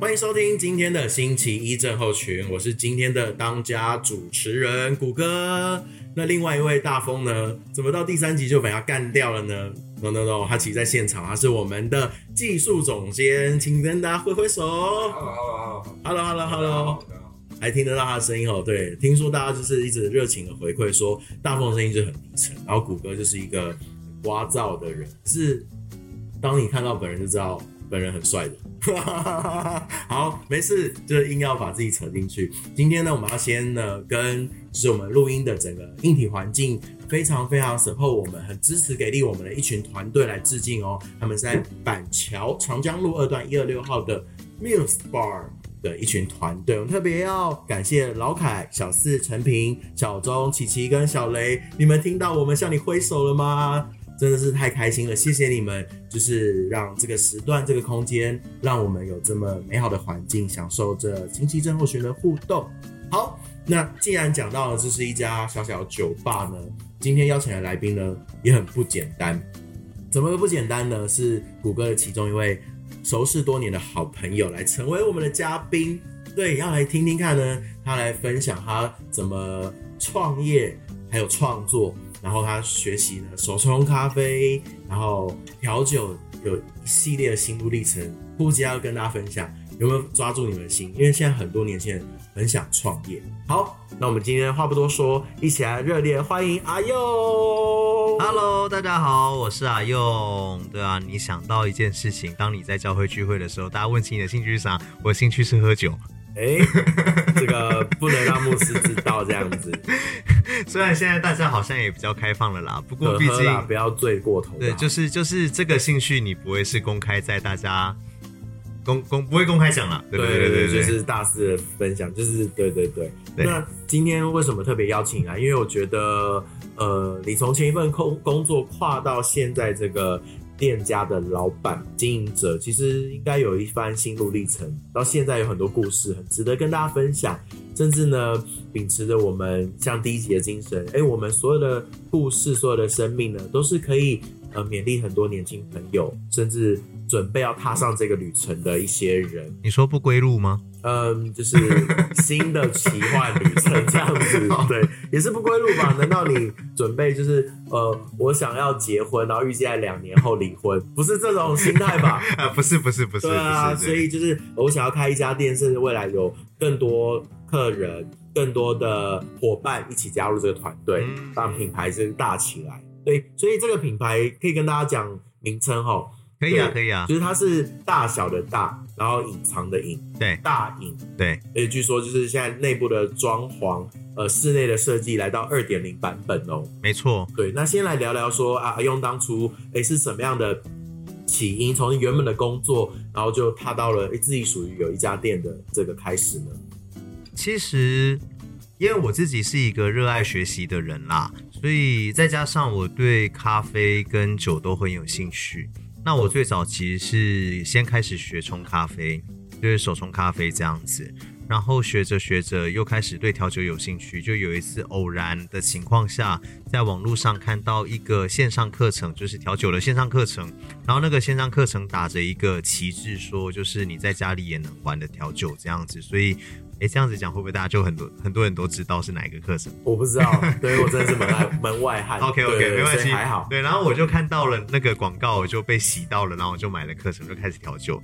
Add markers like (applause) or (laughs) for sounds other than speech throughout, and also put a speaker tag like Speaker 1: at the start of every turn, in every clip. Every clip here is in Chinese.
Speaker 1: 欢迎收听今天的星期一症候群，我是今天的当家主持人谷歌。那另外一位大风呢，怎么到第三集就把他干掉了呢？No No No，他其实在现场，他是我们的技术总监，请跟大家挥挥手。
Speaker 2: Hello
Speaker 1: Hello Hello Hello，
Speaker 2: Hello，
Speaker 1: 还听得到他的声音哦。对，听说大家就是一直热情的回馈说，大风的声音就很低沉，然后谷歌就是一个很聒噪的人，是当你看到本人就知道本人很帅的。 (laughs) 好，没事，就是硬要把自己扯进去。今天呢，我们要先呢跟就是我们录音的整个硬体环境非常非常 support 我们，很支持给力我们的一群团队来致敬哦。他们是在板桥长江路二段一二六号的 Muse Bar 的一群团队，我们特别要感谢老凯、小四、陈平、小钟、琪琪跟小雷，你们听到我们向你挥手了吗？真的是太开心了，谢谢你们，就是让这个时段、这个空间，让我们有这么美好的环境，享受这亲戚症候群的互动。好，那既然讲到了这是一家小小酒吧呢，今天邀请的来宾呢也很不简单，怎么个不简单呢？是谷歌的其中一位熟识多年的好朋友来成为我们的嘉宾，对，要来听听看呢，他来分享他怎么创业，还有创作，然后他学习呢手冲咖啡，然后调酒，有一系列的心路历程，迫不及待要跟大家分享，有没有抓住你们的心？因为现在很多年轻人很想创业。好，那我们今天话不多说，一起来热烈欢迎阿佑。
Speaker 3: Hello，大家好，我是阿用。对啊，你想到一件事情，当你在教会聚会的时候，大家问起你的兴趣是啥，我的兴趣是喝酒。 (laughs)
Speaker 1: 哎、这个不能让牧师知道这样子，
Speaker 3: 虽然现在大家好像也比较开放了啦， (laughs) 不过
Speaker 1: 可
Speaker 3: 毕
Speaker 1: 喝啦
Speaker 3: 竟
Speaker 1: 不要醉过头啦。
Speaker 3: 对，就是就是这个兴趣，你不会是公开在大家公公不会公开讲啦。对
Speaker 1: 对
Speaker 3: 不
Speaker 1: 对
Speaker 3: 对
Speaker 1: 对
Speaker 3: 对，
Speaker 1: 就是大四的分享，就是对对对。
Speaker 3: 对
Speaker 1: 那今天为什么特别邀请你来？因为我觉得，呃，你从前一份工工作跨到现在这个店家的老板、经营者，其实应该有一番心路历程，到现在有很多故事，很值得跟大家分享。甚至呢，秉持着我们像第一集的精神，哎、我们所有的故事、所有的生命呢，都是可以呃勉励很多年轻朋友，甚至准备要踏上这个旅程的一些人。
Speaker 3: 你说不归路吗？
Speaker 1: 嗯，就是新的奇幻旅程这样
Speaker 3: (laughs)
Speaker 1: 子，
Speaker 3: 哦
Speaker 1: 对，也是不归路吧？难道你准备就是呃，我想要结婚，然后预计在两年后离婚，不是这种心态吧？
Speaker 3: (laughs) 啊，不是不是不是，
Speaker 1: 对啊，
Speaker 3: 不是
Speaker 1: 所以就是我想要开一家店，甚至未来有更多客人、更多的伙伴一起加入这个团队，
Speaker 3: 嗯
Speaker 1: 让品牌是大起来。对，所以这个品牌可以跟大家讲名称哈，
Speaker 3: 可以啊
Speaker 1: 对
Speaker 3: 可以啊，
Speaker 1: 就是它是大小的大，然后隐藏的隐，
Speaker 3: 对
Speaker 1: 大隐
Speaker 3: 对，
Speaker 1: 而且据说就是现在内部的装潢，呃，室内的设计来到二点零版本哦。
Speaker 3: 没错，
Speaker 1: 对，那先来聊聊说啊，阿用当初诶是什么样的起因，从原本的工作，然后就踏到了诶自己属于有一家店的这个开始呢？
Speaker 3: 其实，因为我自己是一个热爱学习的人啦，所以再加上我对咖啡跟酒都很有兴趣。那我最早其实是先开始学冲咖啡，就是手冲咖啡这样子。然后学着学着又开始对调酒有兴趣，就有一次偶然的情况下，在网络上看到一个线上课程，就是调酒的线上课程。然后那个线上课程打着一个旗帜说，就是你在家里也能玩的调酒这样子。所以，诶，这样子讲会不会大家就很多很多人都知道是哪一个课程？
Speaker 1: 我不知
Speaker 3: (laughs)
Speaker 1: 道，对我真的是门外门外汉。
Speaker 3: OK OK，
Speaker 1: 对
Speaker 3: 没关
Speaker 1: 所以
Speaker 3: 系，
Speaker 1: 还好。
Speaker 3: 对，然后我就看到了那个广告，我就被洗到了，然后我就买了课程，就开始调酒。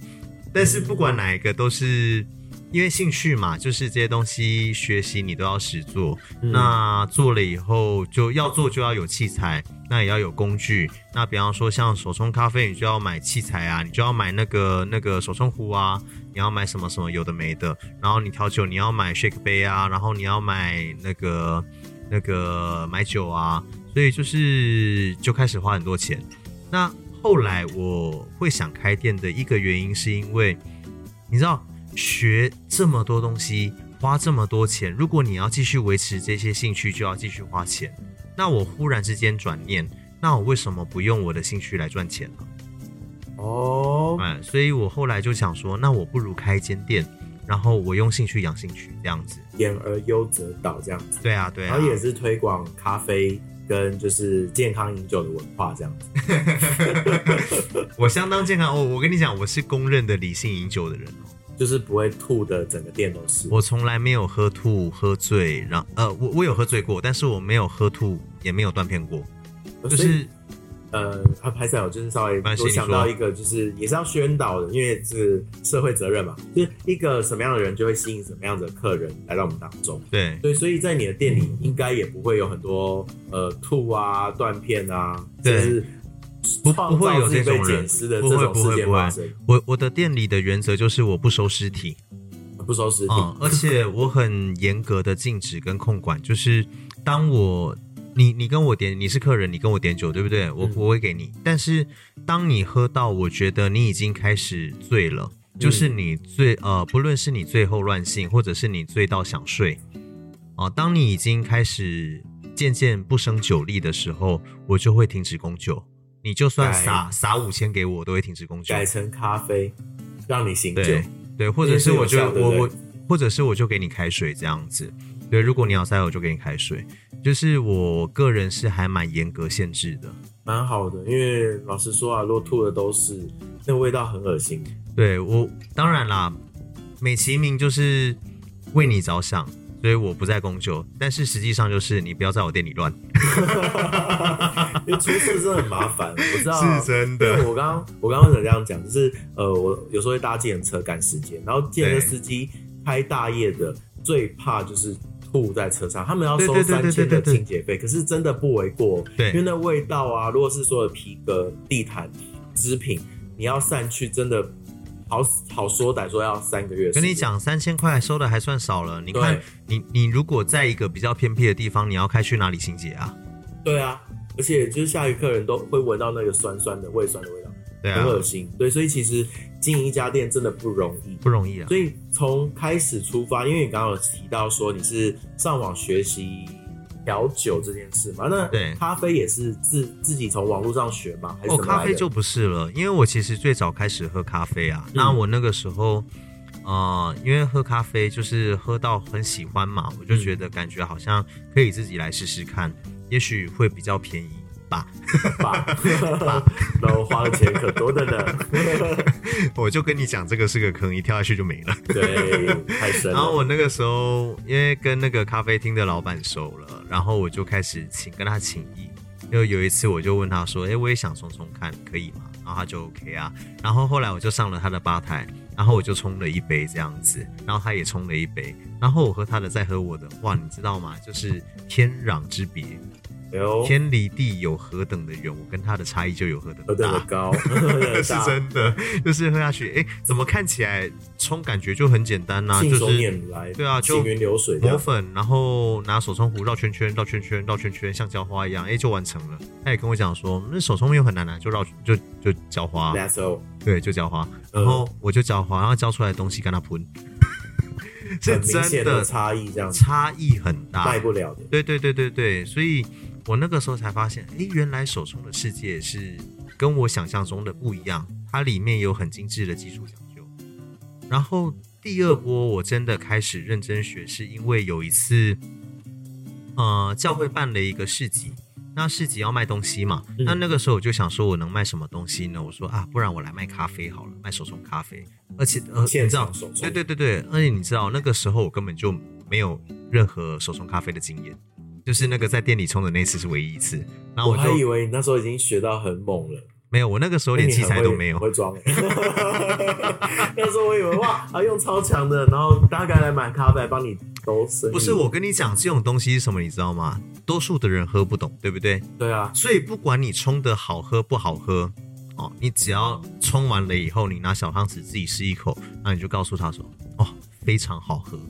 Speaker 3: 但是不管哪一个，都是因为兴趣嘛，就是这些东西学习你都要实做。
Speaker 1: 嗯
Speaker 3: 那做了以后，就要做就要有器材，那也要有工具。那比方说像手冲咖啡，你就要买器材啊，你就要买那个那个手冲壶啊，你要买什么什么有的没的。然后你调酒，你要买 shake 杯啊，然后你要买那个那个买酒啊，所以就是就开始花很多钱。那后来我会想开店的一个原因，是因为你知道学这么多东西，花这么多钱，如果你要继续维持这些兴趣，就要继续花钱。那我忽然之间转念，那我为什么不用我的兴趣来赚钱呢？
Speaker 1: 哦，
Speaker 3: 嗯，所以我后来就想说，那我不如开一间店，然后我用兴趣养兴趣，这样子。
Speaker 1: 演而优则导这样子，
Speaker 3: 对啊，对啊。
Speaker 1: 然后也是推广咖啡跟就是健康饮酒的文化这样子。
Speaker 3: 我相当健康，我我跟你讲，我是公认的理性饮酒的人哦。
Speaker 1: 就是不会吐的，整个店都是。
Speaker 3: 我从来没有喝吐、喝醉，然呃，我我有喝醉过，但是我没有喝吐，也没有断片过，就
Speaker 1: 哦所以
Speaker 3: 是
Speaker 1: 呃，啊，拍赛我就是稍微
Speaker 3: 没关系
Speaker 1: 我
Speaker 3: 你
Speaker 1: 想
Speaker 3: 说
Speaker 1: 到一个，就是也是要宣导的，因为是社会责任嘛，就是一个什么样的人就会吸引什么样的客人来到我们当中。
Speaker 3: 对，
Speaker 1: 对，所以在你的店里应该也不会有很多呃吐啊、断片啊，
Speaker 3: 对
Speaker 1: 就是
Speaker 3: 不
Speaker 1: 创
Speaker 3: 不会
Speaker 1: 造
Speaker 3: 有
Speaker 1: 自己
Speaker 3: 这
Speaker 1: 被
Speaker 3: 种人
Speaker 1: 捡尸的
Speaker 3: 不
Speaker 1: 这
Speaker 3: 会
Speaker 1: 种
Speaker 3: 不
Speaker 1: 事
Speaker 3: 会
Speaker 1: 件
Speaker 3: 不会
Speaker 1: 发生，
Speaker 3: 我我的店里的原则就是我不收尸体，
Speaker 1: 呃不收尸体。
Speaker 3: 嗯，而且我很严格的禁止跟控管，就是当我你你跟我点你是客人，你跟我点酒对不对？我
Speaker 1: 嗯
Speaker 3: 我会给你，但是当你喝到我觉得你已经开始醉了，就是你醉呃，不论是你醉后乱性，或者是你醉到想睡，啊、当你已经开始渐渐不胜酒力的时候，我就会停止供酒。你就算
Speaker 1: 改
Speaker 3: 撒撒五千给我，我都会停止供酒。
Speaker 1: 改成咖啡，让你醒酒。
Speaker 3: 对对，或者是我
Speaker 1: 这
Speaker 3: 就
Speaker 1: 也是有效
Speaker 3: 我
Speaker 1: 对不
Speaker 3: 我，或者是我就给你开水这样子。对，如果你要塞，我就给你开水。就是我个人是还蛮严格限制的。
Speaker 1: 蛮好的，因为老实说啊，如果吐的都是，那个味道很恶
Speaker 3: (laughs)
Speaker 1: 心。
Speaker 3: 对我当然啦，美其名就是为你着想，所以我不在供酒，但是实际上就是你不要在我店里乱，
Speaker 1: 因为出事真的很麻烦，我知道。
Speaker 3: 真
Speaker 1: 因为。我刚刚我刚刚想这样讲，就是呃，我有时候会搭计程车赶时间，然后计程车
Speaker 3: 对
Speaker 1: 司机开大夜的，最怕就是吐在车上，他们要收
Speaker 3: 对对对
Speaker 1: 三千
Speaker 3: 对对
Speaker 1: 的
Speaker 3: 对
Speaker 1: 清洁费，可是真的不为过，因为
Speaker 3: 对
Speaker 1: 那味道啊，如果是所有皮革、地毯、织品，你要散去，真的好好说歹说要三个月。
Speaker 3: 跟你，讲，三千块收的还算少了。你看
Speaker 1: 对，
Speaker 3: 你你如果在一个比较偏僻的地方，你要开去哪里清洁啊？
Speaker 1: 对啊，而且就是下一客人都会闻到那个酸酸的、胃酸的味道。
Speaker 3: 对啊
Speaker 1: 很，恶心。对，所以其实经营一家店真的不容易。
Speaker 3: 不容易啊。
Speaker 1: 所以从开始出发，因为你刚刚有提到说你是上网学习调酒这件事嘛，那
Speaker 3: 对
Speaker 1: 咖啡也是自自己从网络上学嘛，还是怎
Speaker 3: 哦，
Speaker 1: 么来的？
Speaker 3: 咖啡就不是了，因为我其实最早开始喝咖啡啊，那我那个时候，呃，因为喝咖啡就是喝到很喜欢嘛，我就觉得感觉好像可以自己来试试看，也许会比较便宜吧，
Speaker 1: (laughs) 吧，然后花的钱可多的呢。
Speaker 3: (laughs) 我就跟你讲，这个是个坑，一跳下去就没了。
Speaker 1: 对，太深了。
Speaker 3: 然后我那个时候因为跟那个咖啡厅的老板熟了，然后我就开始请跟他请益。就有一次我就问他说：“哎、我也想冲冲看，可以吗？”然后他就 OK 啊。然后后来我就上了他的吧台，然后我就冲了一杯这样子，然后他也冲了一杯，然后我喝他的，再喝我的，哇，你知道吗？就是天壤之别，
Speaker 1: 哎呦，
Speaker 3: 天离地有何等的远，我跟他的差异就有何等
Speaker 1: 喝
Speaker 3: 的
Speaker 1: 的
Speaker 3: 大。
Speaker 1: 高， (laughs)
Speaker 3: (laughs) 是
Speaker 1: 大
Speaker 3: 真的，就是喝下去，哎、怎么看起来冲感觉就很简单呐、
Speaker 1: 信
Speaker 3: 啊就
Speaker 1: 手
Speaker 3: 是
Speaker 1: 拈来，
Speaker 3: 对啊就
Speaker 1: 行云流水这
Speaker 3: 抹
Speaker 1: 样。
Speaker 3: 粉，然后拿手冲壶绕圈圈、绕圈圈、绕圈圈，像浇花一样，哎、就完成了。他也跟我讲说，那手冲没有很难啊，就绕就就浇花，
Speaker 1: That's all，
Speaker 3: 对，就浇花。
Speaker 1: 嗯
Speaker 3: 然后我就浇花，然后浇出来的东西跟他喷， (laughs) 是
Speaker 1: 很明显
Speaker 3: 真
Speaker 1: 的
Speaker 3: 的
Speaker 1: 差异，这样子
Speaker 3: 差异很大
Speaker 1: 卖。不了的。
Speaker 3: 对对对对对，所以我那个时候才发现，哎、原来手冲的世界是跟我想象中的不一样，它里面有很精致的技术讲究。然后第二波我真的开始认真学，是因为有一次，呃，教会办了一个市集。那市集要卖东西嘛？
Speaker 1: 嗯
Speaker 3: 那那个时候我就想说，我能卖什么东西呢？我说啊，不然我来卖咖啡好了，卖手冲咖啡。而且呃，你
Speaker 1: 现
Speaker 3: 知道
Speaker 1: 场，手冲，
Speaker 3: 对对对对，而且你知道那个时候我根本就没有任何手冲咖啡的经验，就是那个在店里冲的那次是唯一一次。然后
Speaker 1: 我
Speaker 3: 我
Speaker 1: 还以
Speaker 3: 就
Speaker 1: 为你那时候已经学到很猛了，
Speaker 3: 没有，我那个时候
Speaker 1: 那
Speaker 3: 连
Speaker 1: 你
Speaker 3: 器
Speaker 1: 很
Speaker 3: 材都
Speaker 1: 会
Speaker 3: 没有
Speaker 1: 很。会装欸。 (laughs) 那时候我以为哇，啊用超强的，然后大概来买咖啡来帮你兜生意
Speaker 3: 不是我，跟你讲，这种东西是什么，你知道吗？多数的人喝不懂，对不对？
Speaker 1: 对啊，
Speaker 3: 所以不管你冲的好喝不好喝，哦，你只要冲完了以后，你拿小汤匙自己试一口，那你就告诉他说，哦，非常好喝。 (laughs)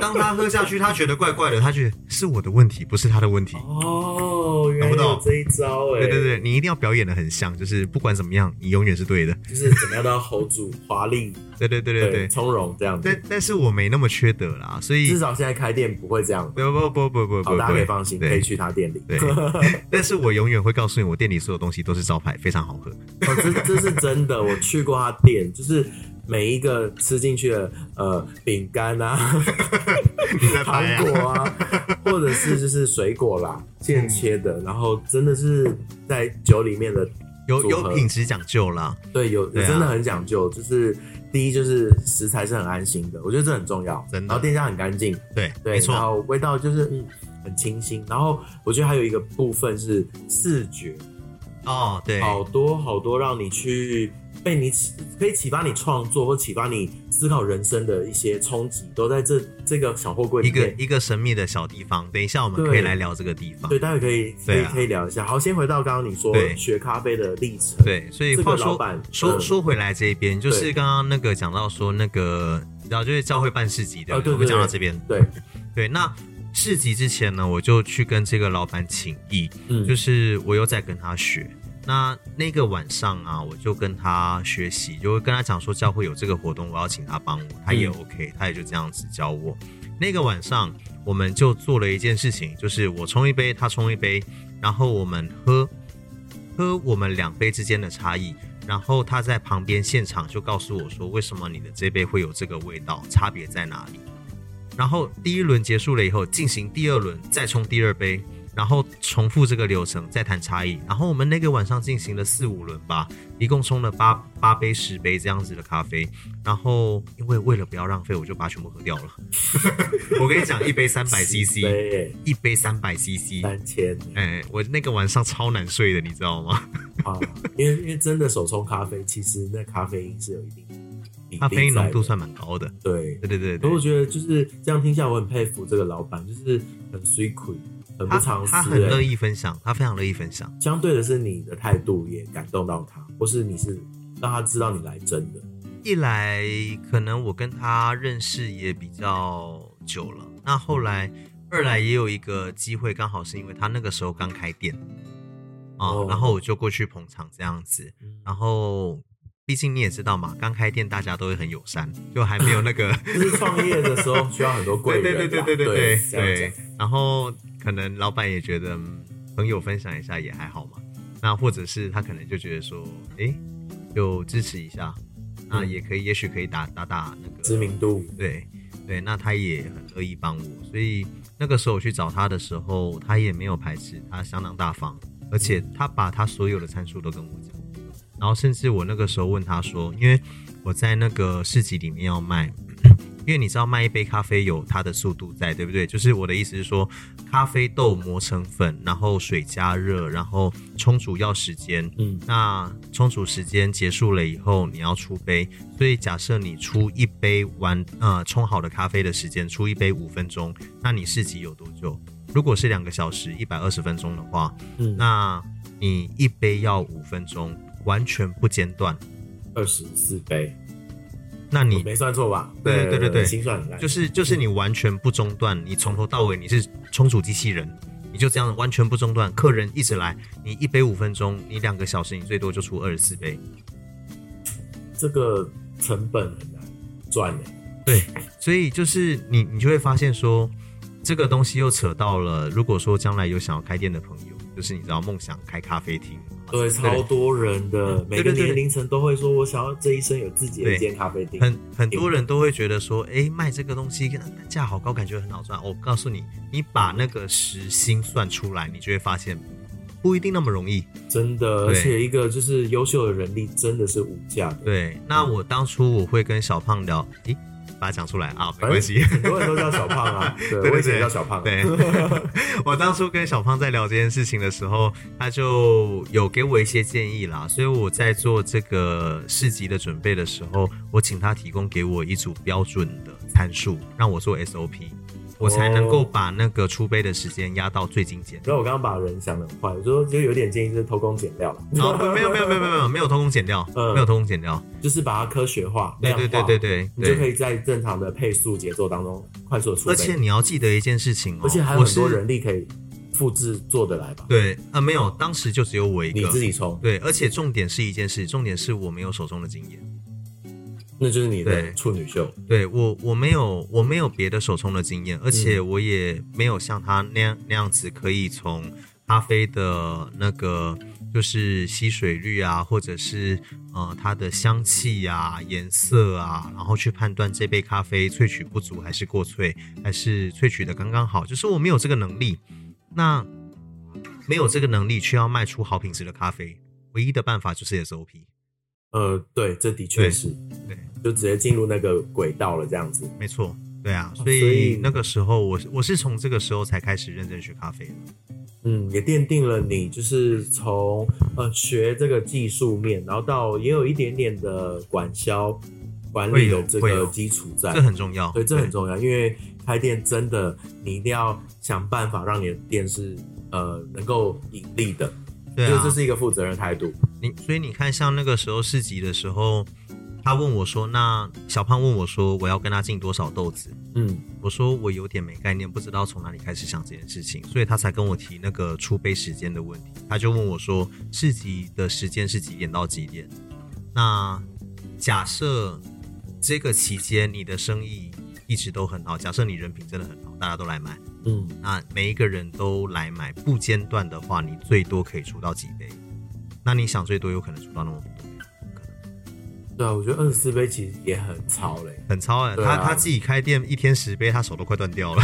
Speaker 3: 当他喝下去，他觉得怪怪的，他觉得是我的问题，不是他的问题。
Speaker 1: 哦，原来
Speaker 3: 懂不
Speaker 1: 有
Speaker 3: 懂
Speaker 1: 这一招哎，
Speaker 3: 对对，对，你一定要表演的很像，就是不管怎么样，你永远是对的。
Speaker 1: 就是怎么样都要 hold 住，华丽，
Speaker 3: 对对对对对。
Speaker 1: 从容这样子。
Speaker 3: 但但是我没那么缺德啦，所以
Speaker 1: 至少现在开店不会这样，
Speaker 3: 不不不不不
Speaker 1: 好，
Speaker 3: 不，
Speaker 1: 大家可以放心，可以
Speaker 3: 对
Speaker 1: 去他店里。
Speaker 3: 对。
Speaker 1: (laughs)
Speaker 3: 但是我永远会告诉你，我店里所有东西都是招牌，非常好喝。
Speaker 1: 哦，这这是真的，我去过他店，就是每一个吃进去的呃饼干啊、
Speaker 3: (laughs) 你在
Speaker 1: 糖
Speaker 3: 拍啊？
Speaker 1: 果啊，或
Speaker 3: 嗯
Speaker 1: 者是就是水果啦，现切的，然后真的是在酒里面的
Speaker 3: 有
Speaker 1: 组合
Speaker 3: 有品质讲究啦。
Speaker 1: 对，有有
Speaker 3: 对啊
Speaker 1: 真的很讲究，就是第一就是食材是很安心的，我觉得这很重要。
Speaker 3: 真的
Speaker 1: 然后店家很干净，
Speaker 3: 对，
Speaker 1: 对，
Speaker 3: 没
Speaker 1: 然
Speaker 3: 错，
Speaker 1: 后味道就是嗯很清新。然后我觉得还有一个部分是视觉，
Speaker 3: 哦，对，
Speaker 1: 好多好多让你去被你启可以启发你创作或启发你思考人生的一些冲击，都在这这个小货柜
Speaker 3: 一
Speaker 1: 里
Speaker 3: 个
Speaker 1: 面。
Speaker 3: 一个神秘的小地方，等一下我们
Speaker 1: 对
Speaker 3: 可以来聊这个地方
Speaker 1: 对，。待会可以可以、
Speaker 3: 对啊
Speaker 1: 可以聊一下。好，先回到刚刚你说
Speaker 3: 对
Speaker 1: 学咖啡的历程。
Speaker 3: 对，所以
Speaker 1: 这个
Speaker 3: 话
Speaker 1: 老
Speaker 3: 说
Speaker 1: 板
Speaker 3: 说
Speaker 1: 嗯
Speaker 3: 说回来这边，就是
Speaker 1: 对
Speaker 3: 刚刚那个讲到说那个，你知道就是教会办市集的，
Speaker 1: 啊对
Speaker 3: 我们
Speaker 1: 对
Speaker 3: 讲到
Speaker 1: 对
Speaker 3: 这边，
Speaker 1: 对，
Speaker 3: 对，那市集之前呢，我就去跟这个老板请益，
Speaker 1: 嗯，
Speaker 3: 就是我又在跟他学。那那个晚上啊，我就跟他学习，就会跟他讲说教会有这个活动，我要请他帮我，他也
Speaker 1: 嗯
Speaker 3: OK，、他也就这样子教我。那个晚上，我们就做了一件事情，就是我冲一杯，他冲一杯，然后我们喝喝我们两杯之间的差异，然后他在旁边现场就告诉我说，为什么你的这杯会有这个味道，差别在哪里？然后第一轮结束了以后，进行第二轮，再冲第二杯，然后重复这个流程，再谈差异。然后我们那个晚上进行了四五轮吧，一共冲了八八杯、十杯这样子的咖啡。然后因为为了不要浪费，我就把它全部喝掉了。 (laughs) 我跟你讲，一杯三百 CC，
Speaker 1: 对，
Speaker 3: 一杯三百 CC。
Speaker 1: 三千
Speaker 3: 哎，我那个晚上超难睡的，你知道吗？
Speaker 1: 啊，因为因为真的手冲咖啡，其实那咖啡因是有一定比例
Speaker 3: 咖啡因浓度
Speaker 1: 在的
Speaker 3: 算蛮高的。
Speaker 1: 对。
Speaker 3: 对对对
Speaker 1: 可我
Speaker 3: 对，
Speaker 1: 觉得就是这样听下来，我很佩服这个老板，就是很 s u 很不欸
Speaker 3: 他
Speaker 1: 藏
Speaker 3: 他
Speaker 1: 私
Speaker 3: 很乐
Speaker 1: 人。
Speaker 3: 意分享，他非常乐意分享。
Speaker 1: 相对的是，你的态度也感动到他，或是你是让他知道你来真的。
Speaker 3: 一来可能我跟他认识也比较久了，那后来二来也有一个机会，刚好是因为他那个时候刚开店啊、
Speaker 1: 哦
Speaker 3: 然后我就过去捧场这样子。然后毕竟你也知道嘛，刚开店大家都会很友善，就还没有那个
Speaker 1: 就是创业的时候需要很多贵人啊，
Speaker 3: 对对对对
Speaker 1: 对
Speaker 3: 对
Speaker 1: 这样
Speaker 3: 对。然后可能老板也觉得嗯朋友分享一下也还好嘛，那或者是他可能就觉得说，诶，就支持一下，那
Speaker 1: 嗯
Speaker 3: 也可以，也许可以打打打那个
Speaker 1: 讲知名度，
Speaker 3: 对对，那他也很乐意帮我，所以那个时候我去找他的时候，他也没有排斥，他相当大方，而且他把他所有的参数都跟我讲，然后甚至我那个时候问他说，因为我在那个市集里面要卖。因为你知道卖一杯咖啡有它的速度在，对不对？就是我的意思是说，咖啡豆磨成粉，然后水加热，然后冲煮要时间，
Speaker 1: 嗯，
Speaker 3: 那冲煮时间结束了以后，你要出杯，所以假设你出一杯完呃冲好的咖啡的时间，出一杯五分钟，那你市集有多久？如果是两个小时，一百二十分钟的话，
Speaker 1: 嗯
Speaker 3: 那你一杯要五分钟，完全不间断，
Speaker 1: 二十四杯，
Speaker 3: 那
Speaker 1: 我
Speaker 3: 你
Speaker 1: 没算错吧？
Speaker 3: 对对对对对
Speaker 1: 心算很烂，
Speaker 3: 就是就是你完全不中断，你从头到尾你是冲煮机器人，你就这样完全不中断，客人一直来，你一杯五分钟，你两个小时你最多就出二十四杯，
Speaker 1: 这个成本很难赚的。
Speaker 3: 对，所以就是你，你就会发现说，这个东西又扯到了。如果说将来有想要开店的朋友，就是你知道梦想开咖啡厅，
Speaker 1: 对，超多人的，每个
Speaker 3: 对对对
Speaker 1: 年龄层都会说，我想要这一生有自己的
Speaker 3: 对
Speaker 1: 一间咖啡厅。
Speaker 3: 很很多人都会觉得说，
Speaker 1: 嗯
Speaker 3: 哎，卖这个东西价好高，感觉很好赚。哦我告诉你，你把那个时薪算出来，你就会发现不一定那么容易。
Speaker 1: 真的，
Speaker 3: 对
Speaker 1: 而且一个就是优秀的人力真的是无价的。
Speaker 3: 对，那
Speaker 1: 嗯
Speaker 3: 我当初我会跟小胖聊，诶，把它讲出来啊，没
Speaker 1: 哎
Speaker 3: 关系。
Speaker 1: 很多人都叫小胖啊，对
Speaker 3: 对对
Speaker 1: 我以前也叫小胖、啊。 (laughs)
Speaker 3: 对， (laughs) 我当初跟小胖在聊这件事情的时候，他就有给我一些建议啦，所以我在做这个市集的准备的时候，我请他提供给我一组标准的参数，让我做 SOP，我才能
Speaker 1: 哦
Speaker 3: 够把那个出杯的时间压到最精
Speaker 1: (laughs)
Speaker 3: 简。
Speaker 1: 所以我刚刚把人想的很坏，我说就有点建议就是偷工减料了，
Speaker 3: 哦，没有没有没有没有没有没有偷工减料，
Speaker 1: (laughs) 嗯
Speaker 3: 没有偷工减料，
Speaker 1: 就是把它科学化、
Speaker 3: 对
Speaker 1: 量
Speaker 3: 对
Speaker 1: 化，
Speaker 3: 对对对
Speaker 1: 你就可
Speaker 3: 对。
Speaker 1: 以在正常的配速节奏当中快速的出
Speaker 3: 而且
Speaker 1: 杯，
Speaker 3: 你要记得一件事情哦，
Speaker 1: 而且还有
Speaker 3: 我
Speaker 1: 很多
Speaker 3: 是
Speaker 1: 人力可以复制做得来吧？
Speaker 3: 对啊、没有，当时就只有我一
Speaker 1: 你
Speaker 3: 个
Speaker 1: 自。己冲，
Speaker 3: 对，而且重点是一件事，重点是我没有手中的经验。
Speaker 1: 那就是你
Speaker 3: 对
Speaker 1: 的处女秀。
Speaker 3: 对我，我没有，我没有别的手冲的经验，而且我也没有像他那样那样子可以从咖啡的那个就是吸水率啊，或者是呃它的香气啊、颜色啊，然后去判断这杯咖啡萃取不足还是过萃，还是萃取的刚刚好，就是我没有这个能力。那没有这个能力，却要卖出好品质的咖啡，我唯一的办法就是 SOP。
Speaker 1: 呃，对，这的确
Speaker 3: 对
Speaker 1: 是，
Speaker 3: 对，
Speaker 1: 就直接进入那个轨道了，这样子。
Speaker 3: 没错，对啊，所
Speaker 1: 所以
Speaker 3: 以那个时候我是我是从这个时候才开始认真学咖啡的。
Speaker 1: 嗯，也奠定了你就是从呃学这个技术面，然后到也有一点点的管销管理的这
Speaker 3: 会
Speaker 1: 个
Speaker 3: 有
Speaker 1: 基础在
Speaker 3: 这。很重要，
Speaker 1: 对，这很重要，因为开店真的你一定要想办法让你的店是呃能够盈利的，
Speaker 3: 对
Speaker 1: 就
Speaker 3: 啊
Speaker 1: 这，是一个负责任的态度。
Speaker 3: 你所以你看，像那个时候市集的时候，他问我说，那小胖问我说，我要跟他进多少豆子？
Speaker 1: 嗯，
Speaker 3: 我说我有点没概念，不知道从哪里开始想这件事情，所以他才跟我提那个出杯时间的问题。他就问我说，市集的时间是几点到几点？那假设这个期间你的生意一直都很好，假设你人品真的很好，大家都来买，
Speaker 1: 嗯，
Speaker 3: 那每一个人都来买不间断的话，你最多可以出到几杯？那你想最多有可能出到那么多杯？
Speaker 1: 对啊，我觉得二十四杯其实也很超嘞、
Speaker 3: 很超哎、
Speaker 1: 对啊
Speaker 3: 他他自己开店一天十杯，他手都快断掉了。